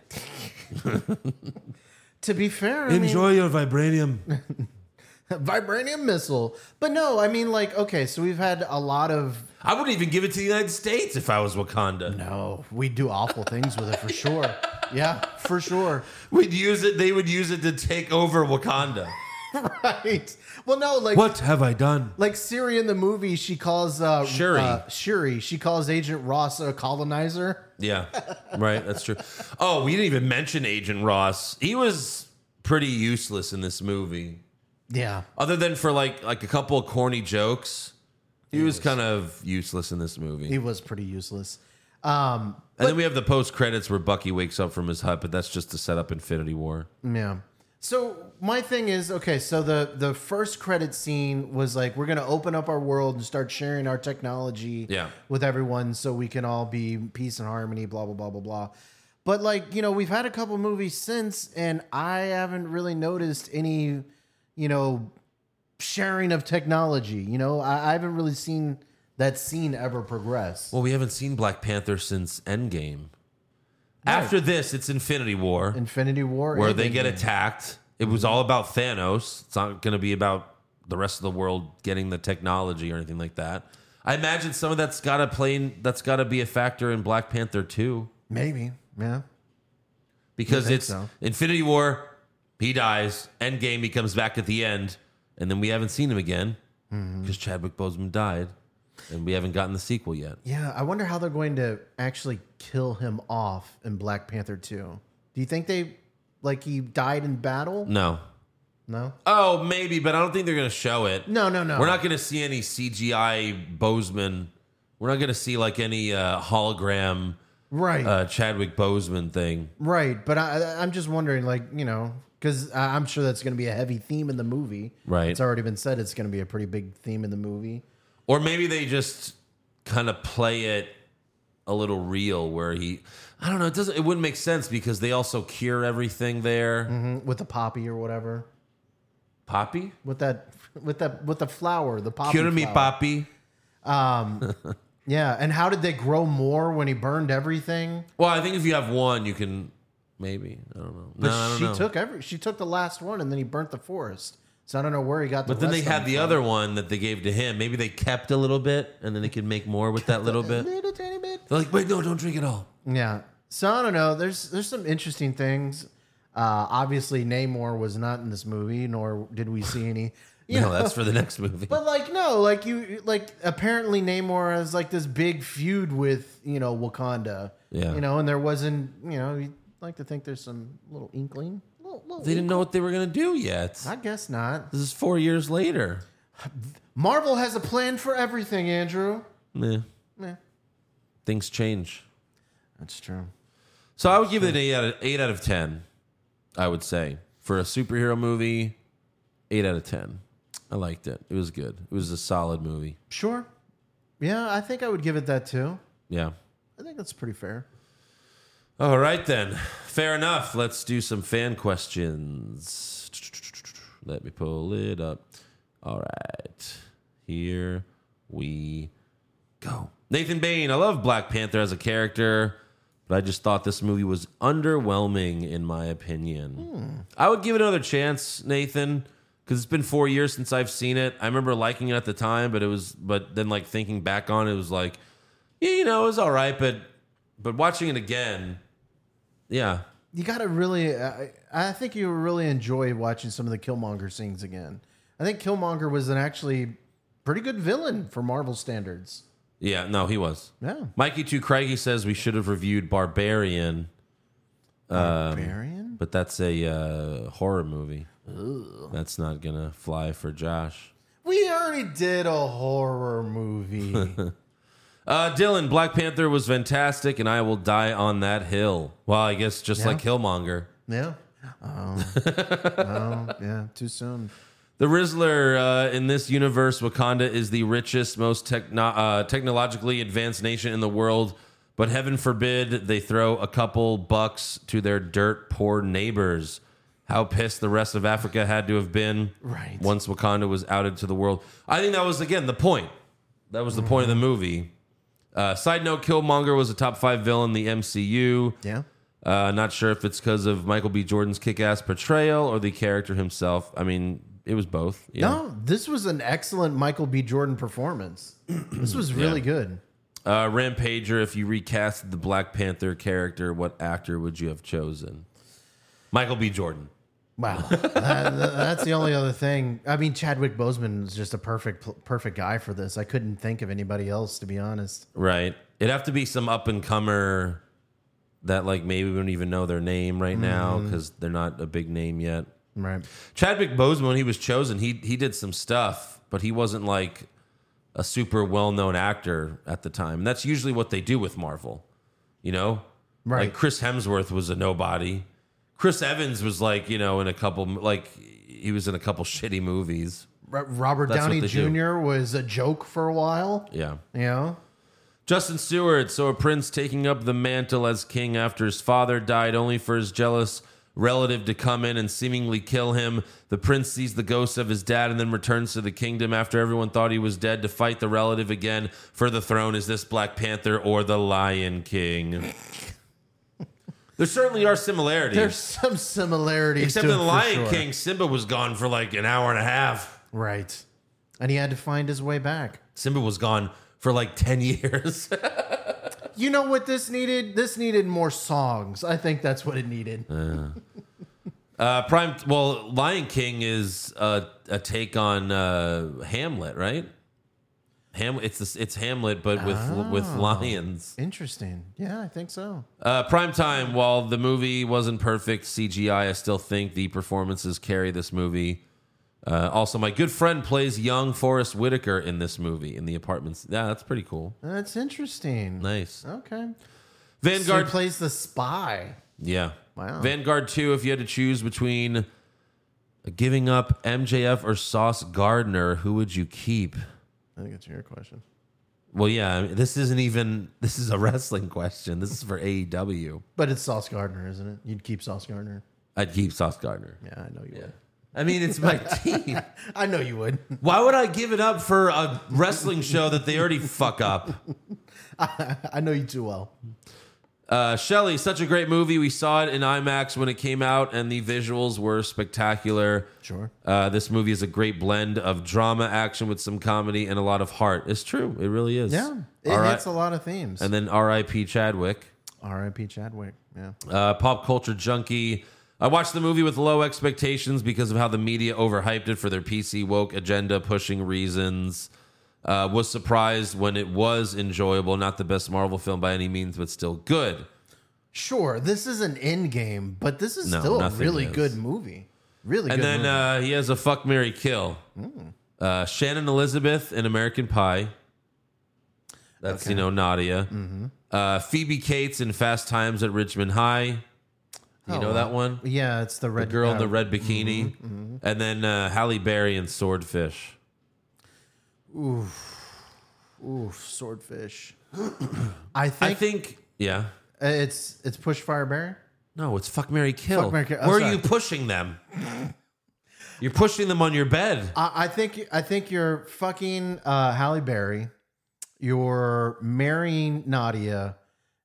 [SPEAKER 4] to be fair, I
[SPEAKER 3] your vibranium.
[SPEAKER 4] mean, vibranium missile. But no, I mean, like, okay, so we've had a lot of.
[SPEAKER 3] I wouldn't even give it to the United States if I was Wakanda.
[SPEAKER 4] No, we do awful things with it for sure. Yeah, for sure.
[SPEAKER 3] We'd use it. They would use it to take over Wakanda.
[SPEAKER 4] Right. Well, no, like
[SPEAKER 3] have I done?
[SPEAKER 4] like Siri in the movie, she calls uh,
[SPEAKER 3] Shuri.
[SPEAKER 4] uh, Shuri. She calls Agent Ross a colonizer.
[SPEAKER 3] Yeah, right. That's true. Oh, we didn't even mention Agent Ross. He was pretty useless in this movie.
[SPEAKER 4] Yeah.
[SPEAKER 3] other than for like like a couple of corny jokes he, was, kind of useless in this movie
[SPEAKER 4] He was pretty useless. Um,
[SPEAKER 3] and then we have the post credits where bucky wakes up from his hut but that's just to set up infinity war
[SPEAKER 4] Yeah. So my thing is okay. So the the first credit scene was like we're gonna open up our world and start sharing our technology
[SPEAKER 3] Yeah.
[SPEAKER 4] with everyone so we can all be peace and harmony. Blah blah blah blah blah. But like you know we've had a couple movies since and I haven't really noticed any you know sharing of technology. You know, I, I haven't really seen that scene ever progress.
[SPEAKER 3] Well, we haven't seen Black Panther since Endgame. After this, it's Infinity War,
[SPEAKER 4] Infinity War,
[SPEAKER 3] where
[SPEAKER 4] and
[SPEAKER 3] they get
[SPEAKER 4] Endgame.
[SPEAKER 3] attacked. It was all about Thanos. It's not going to be about the rest of the world getting the technology or anything like that. I imagine some of that's got to play. in- That's got to be a factor in Black Panther too,
[SPEAKER 4] Maybe, yeah.
[SPEAKER 3] because
[SPEAKER 4] think
[SPEAKER 3] it's
[SPEAKER 4] so.
[SPEAKER 3] Infinity War. He dies. Endgame. He comes back at the end, and then we haven't seen him again
[SPEAKER 4] Mm-hmm.
[SPEAKER 3] because Chadwick Boseman died, and we haven't gotten the sequel yet.
[SPEAKER 4] Yeah, I wonder how they're going to actually kill him off in Black Panther 2. Do you think they like he died in battle?
[SPEAKER 3] No.
[SPEAKER 4] No.
[SPEAKER 3] Oh, maybe, but I don't think they're going to show it.
[SPEAKER 4] No, no, no.
[SPEAKER 3] We're not going to see any CGI Bozeman. We're not going to see like any uh, hologram
[SPEAKER 4] right.
[SPEAKER 3] uh, Chadwick Bozeman thing.
[SPEAKER 4] right, but I I- I'm just wondering like, you know, cuz I'm sure that's going to be a heavy theme in the movie.
[SPEAKER 3] Right.
[SPEAKER 4] It's already been said it's going to be a pretty big theme in the movie.
[SPEAKER 3] Or maybe they just kind of play it a little real where he I don't know, it doesn't it wouldn't make sense because they also cure everything there.
[SPEAKER 4] Mm, With the poppy or whatever.
[SPEAKER 3] Poppy?
[SPEAKER 4] With that with that with the flower, the poppy.
[SPEAKER 3] Cure me
[SPEAKER 4] flower.
[SPEAKER 3] Poppy.
[SPEAKER 4] Yeah, and how did they grow more when he burned everything?
[SPEAKER 3] Well, I think if you have one, you can maybe. I don't know.
[SPEAKER 4] But
[SPEAKER 3] no, I don't
[SPEAKER 4] she
[SPEAKER 3] know.
[SPEAKER 4] took every. She took the last one, and then he burnt the forest. So I don't know where he got.
[SPEAKER 3] But
[SPEAKER 4] the
[SPEAKER 3] then they
[SPEAKER 4] rest of
[SPEAKER 3] had
[SPEAKER 4] them
[SPEAKER 3] the
[SPEAKER 4] from.
[SPEAKER 3] other one that they gave to him. Maybe they kept a little bit and then they could make more with that little bit.
[SPEAKER 4] little tiny bit.
[SPEAKER 3] They're like, wait, no, don't drink it all.
[SPEAKER 4] Yeah. So I don't know. There's there's some interesting things. Uh, obviously, Namor was not in this movie, nor did we see any. You
[SPEAKER 3] No,
[SPEAKER 4] know,
[SPEAKER 3] that's for the next movie.
[SPEAKER 4] but like no, like you like apparently Namor has like this big feud with you know Wakanda.
[SPEAKER 3] Yeah.
[SPEAKER 4] You know, and there wasn't you know you like to think there's some little inkling. Little, little
[SPEAKER 3] They didn't know what they were going to do yet.
[SPEAKER 4] I guess not.
[SPEAKER 3] This is four years later.
[SPEAKER 4] Marvel has a plan for everything, Andrew.
[SPEAKER 3] Meh.
[SPEAKER 4] Meh.
[SPEAKER 3] Things change.
[SPEAKER 4] That's true.
[SPEAKER 3] So I would give it an 8 out, of, 8 out of 10, I would say. For a superhero movie, 8 out of 10. I liked it. It was good. It was a solid movie.
[SPEAKER 4] Sure. Yeah, I think I would give it that too.
[SPEAKER 3] Yeah.
[SPEAKER 4] I think that's pretty fair.
[SPEAKER 3] All right, then. Fair enough. Let's do some fan questions. Let me pull it up. All right. Here we go. Nathan Bain, I love Black Panther as a character, but I just thought this movie was underwhelming, in my opinion. I would give it another chance, Nathan. Because it's been four years since I've seen it. I remember liking it at the time, but it was, but then like thinking back on it, it was like, yeah, you know, it was all right, but but watching it again, yeah,
[SPEAKER 4] You got to really, I, I think you really enjoy watching some of the Killmonger scenes again. I think Killmonger was an actually pretty good villain for Marvel standards.
[SPEAKER 3] yeah, no, he was.
[SPEAKER 4] Yeah.
[SPEAKER 3] Mikey Two Craigie says we should have reviewed Barbarian,
[SPEAKER 4] Barbarian?
[SPEAKER 3] but that's a uh, horror movie. That's not gonna fly for Josh.
[SPEAKER 4] We already did a horror movie.
[SPEAKER 3] Uh, Dylan, Black Panther was fantastic, and I will die on that hill. Well, I guess just like Killmonger.
[SPEAKER 4] yeah. Oh, oh, yeah. Too soon.
[SPEAKER 3] The Rizzler uh, in this universe, Wakanda is the richest, most techno- uh, technologically advanced nation in the world. But heaven forbid they throw a couple bucks to their dirt poor neighbors. How pissed the rest of Africa had to have been
[SPEAKER 4] Right.
[SPEAKER 3] once Wakanda was outed to the world. I think that was, again, the point. That was the point of the movie. Uh, side note Killmonger was a top five villain in the MCU.
[SPEAKER 4] Yeah.
[SPEAKER 3] Uh, not sure if it's because of Michael B. Jordan's kick-ass portrayal or the character himself. I mean, it was both. Yeah.
[SPEAKER 4] No, this was an excellent Michael B. Jordan performance. this was really good.
[SPEAKER 3] Uh, Rampager, if you recast the Black Panther character, what actor would you have chosen? Michael B. Jordan.
[SPEAKER 4] Wow, That- that- that's the only other thing. I mean, Chadwick Boseman is just a perfect, perfect guy for this. I couldn't think of anybody else, to be honest.
[SPEAKER 3] Right. It'd have to be some up and comer that like maybe we don't even know their name right now because they're not a big name yet.
[SPEAKER 4] Right?
[SPEAKER 3] Chadwick Boseman, when he was chosen, he he did some stuff, but he wasn't like a super well known actor at the time. And that's usually what they do with Marvel, you know.
[SPEAKER 4] Right.
[SPEAKER 3] Like Chris Hemsworth was a nobody. Chris Evans was like you know in a couple like he was in a couple shitty movies.
[SPEAKER 4] Ro- Robert
[SPEAKER 3] That's what
[SPEAKER 4] Downey
[SPEAKER 3] they do.
[SPEAKER 4] Jr. was a joke for a while.
[SPEAKER 3] Yeah.
[SPEAKER 4] You know,
[SPEAKER 3] Justin Seward, so a prince taking up the mantle as king after his father died, only for his jealous relative to come in and seemingly kill him. The prince sees the ghost of his dad and then returns to the kingdom after everyone thought he was dead to fight the relative again for the throne. Is this Black Panther or the Lion King? there certainly are similarities.
[SPEAKER 4] There's some similarities.
[SPEAKER 3] Except
[SPEAKER 4] to
[SPEAKER 3] in The
[SPEAKER 4] it for
[SPEAKER 3] Lion
[SPEAKER 4] sure.
[SPEAKER 3] King, Simba was gone for like an hour and a half.
[SPEAKER 4] Right. And he had to find his way back.
[SPEAKER 3] Simba was gone for like 10 years.
[SPEAKER 4] You know what this needed? This needed more songs. I think that's what it needed.
[SPEAKER 3] Uh, Prime. Well, Lion King is uh, a take on uh, Hamlet, right? Ham. It's this, it's Hamlet, but with with lions.
[SPEAKER 4] Interesting. Yeah, I think so.
[SPEAKER 3] Uh, prime time. While the movie wasn't perfect CGI, I still think the performances carry this movie. Uh, also, my good friend plays young Forrest Whitaker in this movie in the apartments. Yeah, that's pretty cool.
[SPEAKER 4] That's interesting.
[SPEAKER 3] Nice.
[SPEAKER 4] Okay. So he
[SPEAKER 3] Vanguard.
[SPEAKER 4] plays the spy.
[SPEAKER 3] Yeah.
[SPEAKER 4] Wow.
[SPEAKER 3] Vanguard 2, if you had to choose between giving up MJF or Sauce Gardner, who would you keep?
[SPEAKER 4] I think it's your question.
[SPEAKER 3] Well, yeah, I mean, this isn't even, this is a wrestling question. This is for E AEW.
[SPEAKER 4] But it's Sauce Gardner, isn't it? You'd keep Sauce Gardner.
[SPEAKER 3] I'd keep Sauce Gardner.
[SPEAKER 4] Yeah, I know you would.
[SPEAKER 3] I mean, it's my team.
[SPEAKER 4] I know you would.
[SPEAKER 3] Why would I give it up for a wrestling show that they already fuck up?
[SPEAKER 4] I know you too well.
[SPEAKER 3] Uh, Shelly, such a great movie. We saw it in IMAX when it came out, and the visuals were spectacular.
[SPEAKER 4] Sure.
[SPEAKER 3] Uh, this movie is a great blend of drama, action with some comedy, and a lot of heart. It's true. It really is.
[SPEAKER 4] Yeah. It
[SPEAKER 3] All right.
[SPEAKER 4] hits a lot of themes.
[SPEAKER 3] And then R.I.P. Chadwick,
[SPEAKER 4] R.I.P. Chadwick. Yeah.
[SPEAKER 3] uh, pop culture junkie. I watched the movie with low expectations because of how the media overhyped it for their PC woke agenda pushing reasons. Uh, was surprised when it was enjoyable. Not the best Marvel film by any means, but still good.
[SPEAKER 4] Sure. This is an end game, but this is
[SPEAKER 3] No,
[SPEAKER 4] still a
[SPEAKER 3] nothing
[SPEAKER 4] really
[SPEAKER 3] is.
[SPEAKER 4] good movie. Really
[SPEAKER 3] And
[SPEAKER 4] good
[SPEAKER 3] then
[SPEAKER 4] movie. Hmm.
[SPEAKER 3] uh, he has a fuck Mary kill. Uh, Shannon Elizabeth in American Pie. That's you know Nadia.
[SPEAKER 4] Mm-hmm.
[SPEAKER 3] Uh, Phoebe Cates in Fast Times at Richmond High. You
[SPEAKER 4] Oh,
[SPEAKER 3] know that one?
[SPEAKER 4] yeah, it's the
[SPEAKER 3] The
[SPEAKER 4] red Mm-hmm,
[SPEAKER 3] girl in
[SPEAKER 4] uh,
[SPEAKER 3] the red bikini. And then uh, Halle Berry in Swordfish.
[SPEAKER 4] Oof, swordfish. I think,
[SPEAKER 3] I think yeah.
[SPEAKER 4] uh, it's it's push fire bear.
[SPEAKER 3] No, it's fuck Mary kill.
[SPEAKER 4] Fuck, marry, kill. Oh,
[SPEAKER 3] Where are
[SPEAKER 4] sorry.
[SPEAKER 3] you pushing them? You're pushing them on your bed.
[SPEAKER 4] I, I think I think you're fucking uh, Halle Berry. You're marrying Nadia,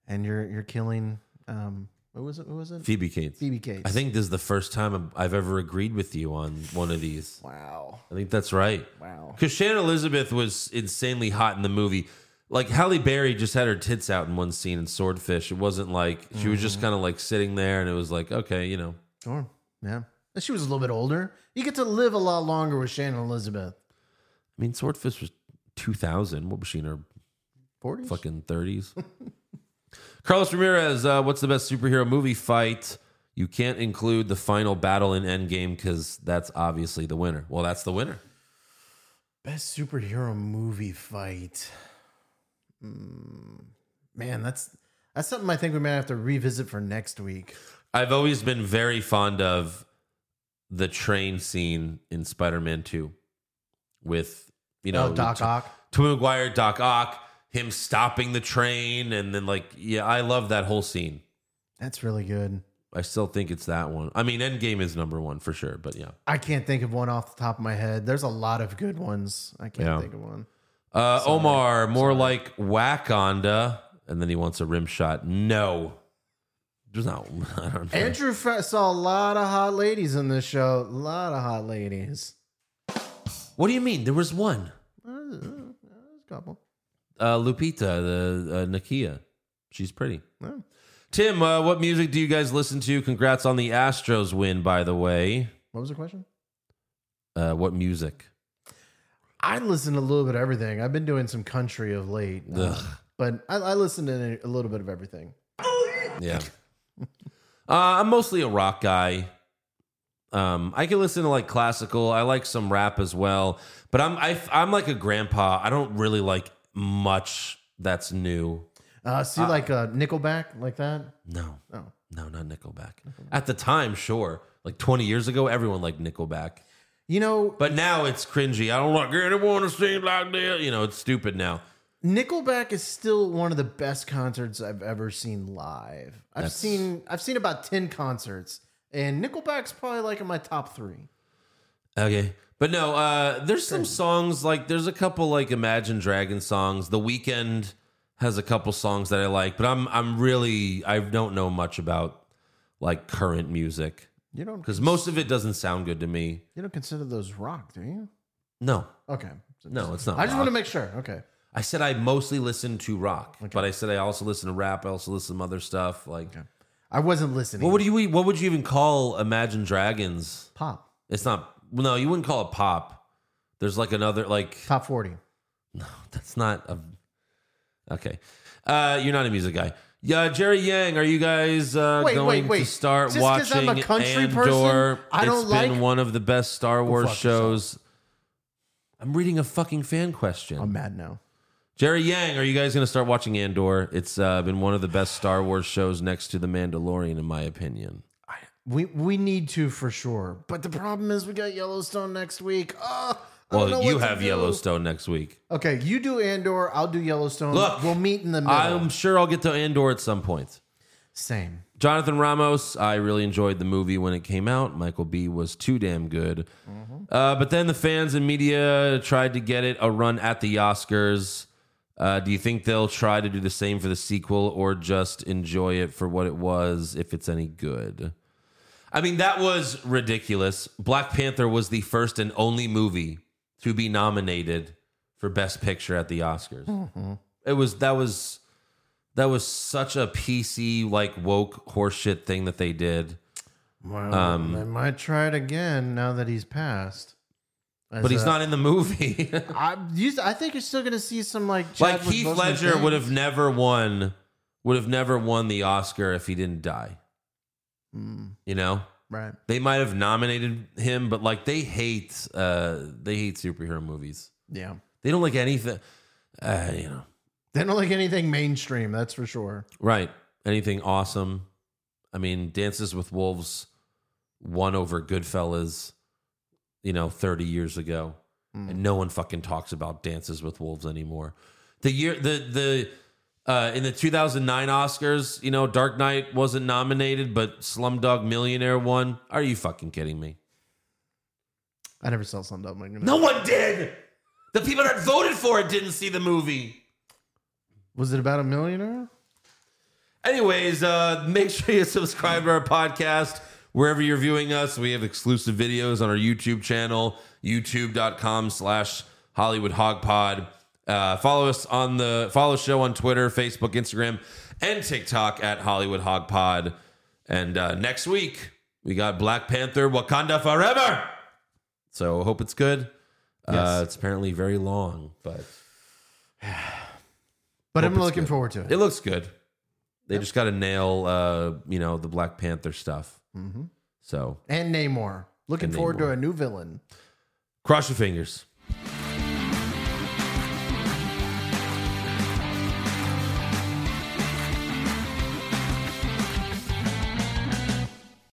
[SPEAKER 4] and you're you're killing. Um, what was it? What was it?
[SPEAKER 3] Phoebe Cates.
[SPEAKER 4] Phoebe Cates.
[SPEAKER 3] I think this is the first time I've ever agreed with you on one of these.
[SPEAKER 4] Wow.
[SPEAKER 3] I think that's right.
[SPEAKER 4] Wow.
[SPEAKER 3] Because Shannon Elizabeth was insanely hot in the movie. Like Halle Berry just had her tits out in one scene in Swordfish. It wasn't like she was
[SPEAKER 4] Mm-hmm.
[SPEAKER 3] just kind of like sitting there, and it was like, okay, you know,
[SPEAKER 4] Sure. Yeah. And she was a little bit older. You get to live a lot longer with Shannon Elizabeth.
[SPEAKER 3] I mean, Swordfish was two thousand. What was she in her
[SPEAKER 4] Forty.
[SPEAKER 3] fucking thirties? Carlos Ramirez, uh, what's the best superhero movie fight? You can't include the final battle in Endgame because that's obviously the winner. Well, that's the winner.
[SPEAKER 4] Best superhero movie fight. Mm, man, that's that's something I think we might have to revisit for next week.
[SPEAKER 3] I've always been very fond of the train scene in Spider-Man 2 with you know
[SPEAKER 4] oh, Doc Ock.
[SPEAKER 3] Tobey Maguire, Doc Ock, him stopping the train and then like yeah, I love that whole scene.
[SPEAKER 4] That's really good.
[SPEAKER 3] I still think it's that one. I mean, Endgame is number 1 for sure, but yeah.
[SPEAKER 4] I can't think of one off the top of my head. There's a lot of good ones. I can't
[SPEAKER 3] Yeah.
[SPEAKER 4] think of one.
[SPEAKER 3] Uh, Omar, more like Wackonda and then he wants a rim shot. No. There's not I don't know.
[SPEAKER 4] Andrew Fra- saw a lot of hot ladies in this show. A lot of hot ladies.
[SPEAKER 3] what do you mean? There was one.
[SPEAKER 4] There's a couple.
[SPEAKER 3] uh, Lupita, the uh, Nakia. She's pretty.
[SPEAKER 4] Oh.
[SPEAKER 3] Tim, uh, what music do you guys listen to? Congrats on the Astros win, by the way.
[SPEAKER 4] What was the question?
[SPEAKER 3] Uh, what music?
[SPEAKER 4] I listen to a little bit of everything. I've been doing some country of late, um,
[SPEAKER 3] Ugh.
[SPEAKER 4] but I, I listen to a little bit of everything.
[SPEAKER 3] Yeah. uh, I'm mostly a rock guy. Um, I can listen to like classical. I like some rap as well, but I'm I, I'm like a grandpa. I don't really like much that's new.
[SPEAKER 4] Uh, see, like uh, Nickelback, like that.
[SPEAKER 3] No,
[SPEAKER 4] Oh.
[SPEAKER 3] no, not Nickelback. At the time, sure, like 20 years ago, everyone liked Nickelback.
[SPEAKER 4] You know,
[SPEAKER 3] But now it's cringy. I don't like anyone to sing like that. You know, it's stupid now.
[SPEAKER 4] Nickelback is still one of the best concerts I've ever seen live. I've
[SPEAKER 3] That's-
[SPEAKER 4] seen I've seen about ten concerts, And Nickelback's probably like in my top three.
[SPEAKER 3] Okay. But no, uh, there's some songs like there's a couple like Imagine Dragon songs. The Weekend has a couple songs that I like, but I'm I'm really I don't know much about like current music
[SPEAKER 4] You don't
[SPEAKER 3] because most of it doesn't sound good to me.
[SPEAKER 4] you don't consider those rock, do you?
[SPEAKER 3] No,
[SPEAKER 4] Okay.
[SPEAKER 3] no, it's not.
[SPEAKER 4] I just want to
[SPEAKER 3] rock.
[SPEAKER 4] make sure. Okay.
[SPEAKER 3] I said I mostly listen to rock, but I said I also listen to rap. I also listen to some other stuff. Like,
[SPEAKER 4] I wasn't listening.
[SPEAKER 3] what would you what would you even call Imagine Dragons?
[SPEAKER 4] pop?
[SPEAKER 3] It's not. well, No, you wouldn't call it pop. There's like another like
[SPEAKER 4] Top forty.
[SPEAKER 3] That's not a. Okay, uh, you're not a music guy. Yeah, Jerry Yang, are you guys uh,
[SPEAKER 4] Wait, wait,
[SPEAKER 3] going to
[SPEAKER 4] wait.
[SPEAKER 3] start
[SPEAKER 4] Just 'cause
[SPEAKER 3] watching
[SPEAKER 4] I'm a country
[SPEAKER 3] Andor?
[SPEAKER 4] person, I don't
[SPEAKER 3] It's been
[SPEAKER 4] like-
[SPEAKER 3] one of the best Star Wars
[SPEAKER 4] fuck yourself.
[SPEAKER 3] shows. I'm reading a fucking fan question.
[SPEAKER 4] I'm mad now.
[SPEAKER 3] Jerry Yang, are you guys going to start watching Andor? It's uh, been one of the best Star Wars shows next to The Mandalorian, in my opinion.
[SPEAKER 4] We we need to for sure. But the problem is we got Yellowstone next week. Oh, I don't know
[SPEAKER 3] Well,
[SPEAKER 4] what
[SPEAKER 3] you
[SPEAKER 4] to
[SPEAKER 3] have
[SPEAKER 4] do.
[SPEAKER 3] Yellowstone next week.
[SPEAKER 4] Okay, you do Andor. I'll do Yellowstone.
[SPEAKER 3] Look,
[SPEAKER 4] we'll meet in the middle.
[SPEAKER 3] I'm sure I'll get to Andor at some point.
[SPEAKER 4] Same.
[SPEAKER 3] Jonathan Ramos, I really enjoyed the movie when it came out. Michael B was too damn good. Uh, but then the fans and media tried to get it a run at the Oscars. Uh, do you think they'll try to do the same for the sequel or just enjoy it for what it was if it's any good? I mean, that was ridiculous. Black Panther was the first and only movie to be nominated for Best Picture at the Oscars. It was, that was that was such a PC like woke horseshit thing that they did.
[SPEAKER 4] Well,
[SPEAKER 3] Um,
[SPEAKER 4] they might try it again now that he's passed. As
[SPEAKER 3] But he's
[SPEAKER 4] a-
[SPEAKER 3] not in the movie.
[SPEAKER 4] I, you, I think you're still going to see some like
[SPEAKER 3] like
[SPEAKER 4] Chadwick
[SPEAKER 3] Heath
[SPEAKER 4] Boseman
[SPEAKER 3] Ledger
[SPEAKER 4] thing.
[SPEAKER 3] would have never won would have never won the Oscar if he didn't die.
[SPEAKER 4] Mm,
[SPEAKER 3] You know?
[SPEAKER 4] right.
[SPEAKER 3] They might have nominated him, but like they hate uh they hate superhero movies.
[SPEAKER 4] Yeah.
[SPEAKER 3] They don't like anything uh, you know.
[SPEAKER 4] They don't like anything mainstream, that's for sure.
[SPEAKER 3] Right. Anything awesome. I mean, Dances with Wolves won over Goodfellas, you know, 30 years ago. And no one fucking talks about Dances with Wolves anymore. The year the the uh in the 2009 Oscars, you know, Dark Knight wasn't nominated, but Slumdog Millionaire won. Are you fucking kidding me?
[SPEAKER 4] I never saw Slumdog Millionaire.
[SPEAKER 3] No one did. The people that voted for it didn't see the movie.
[SPEAKER 4] Was it about a millionaire?
[SPEAKER 3] Anyways, uh, make sure you subscribe to our podcast wherever you're viewing us. We have exclusive videos on our YouTube channel, youtube.com slash Hollywood Hog Pod. Uh, follow us on the follow show on Twitter, Facebook, Instagram, and TikTok at Hollywood Hog Pod. And uh, next week we got Black Panther Wakanda Forever. So hope it's good. Uh,
[SPEAKER 4] Yes.
[SPEAKER 3] it's apparently very long, but Hope
[SPEAKER 4] But I'm
[SPEAKER 3] it's
[SPEAKER 4] looking
[SPEAKER 3] good.
[SPEAKER 4] forward to it.
[SPEAKER 3] it looks good. They just got to nail, uh, you know, the Black Panther stuff.
[SPEAKER 4] Mhm.
[SPEAKER 3] So
[SPEAKER 4] And Namor. Looking
[SPEAKER 3] And
[SPEAKER 4] forward
[SPEAKER 3] Namor.
[SPEAKER 4] to a new villain.
[SPEAKER 3] cross your fingers.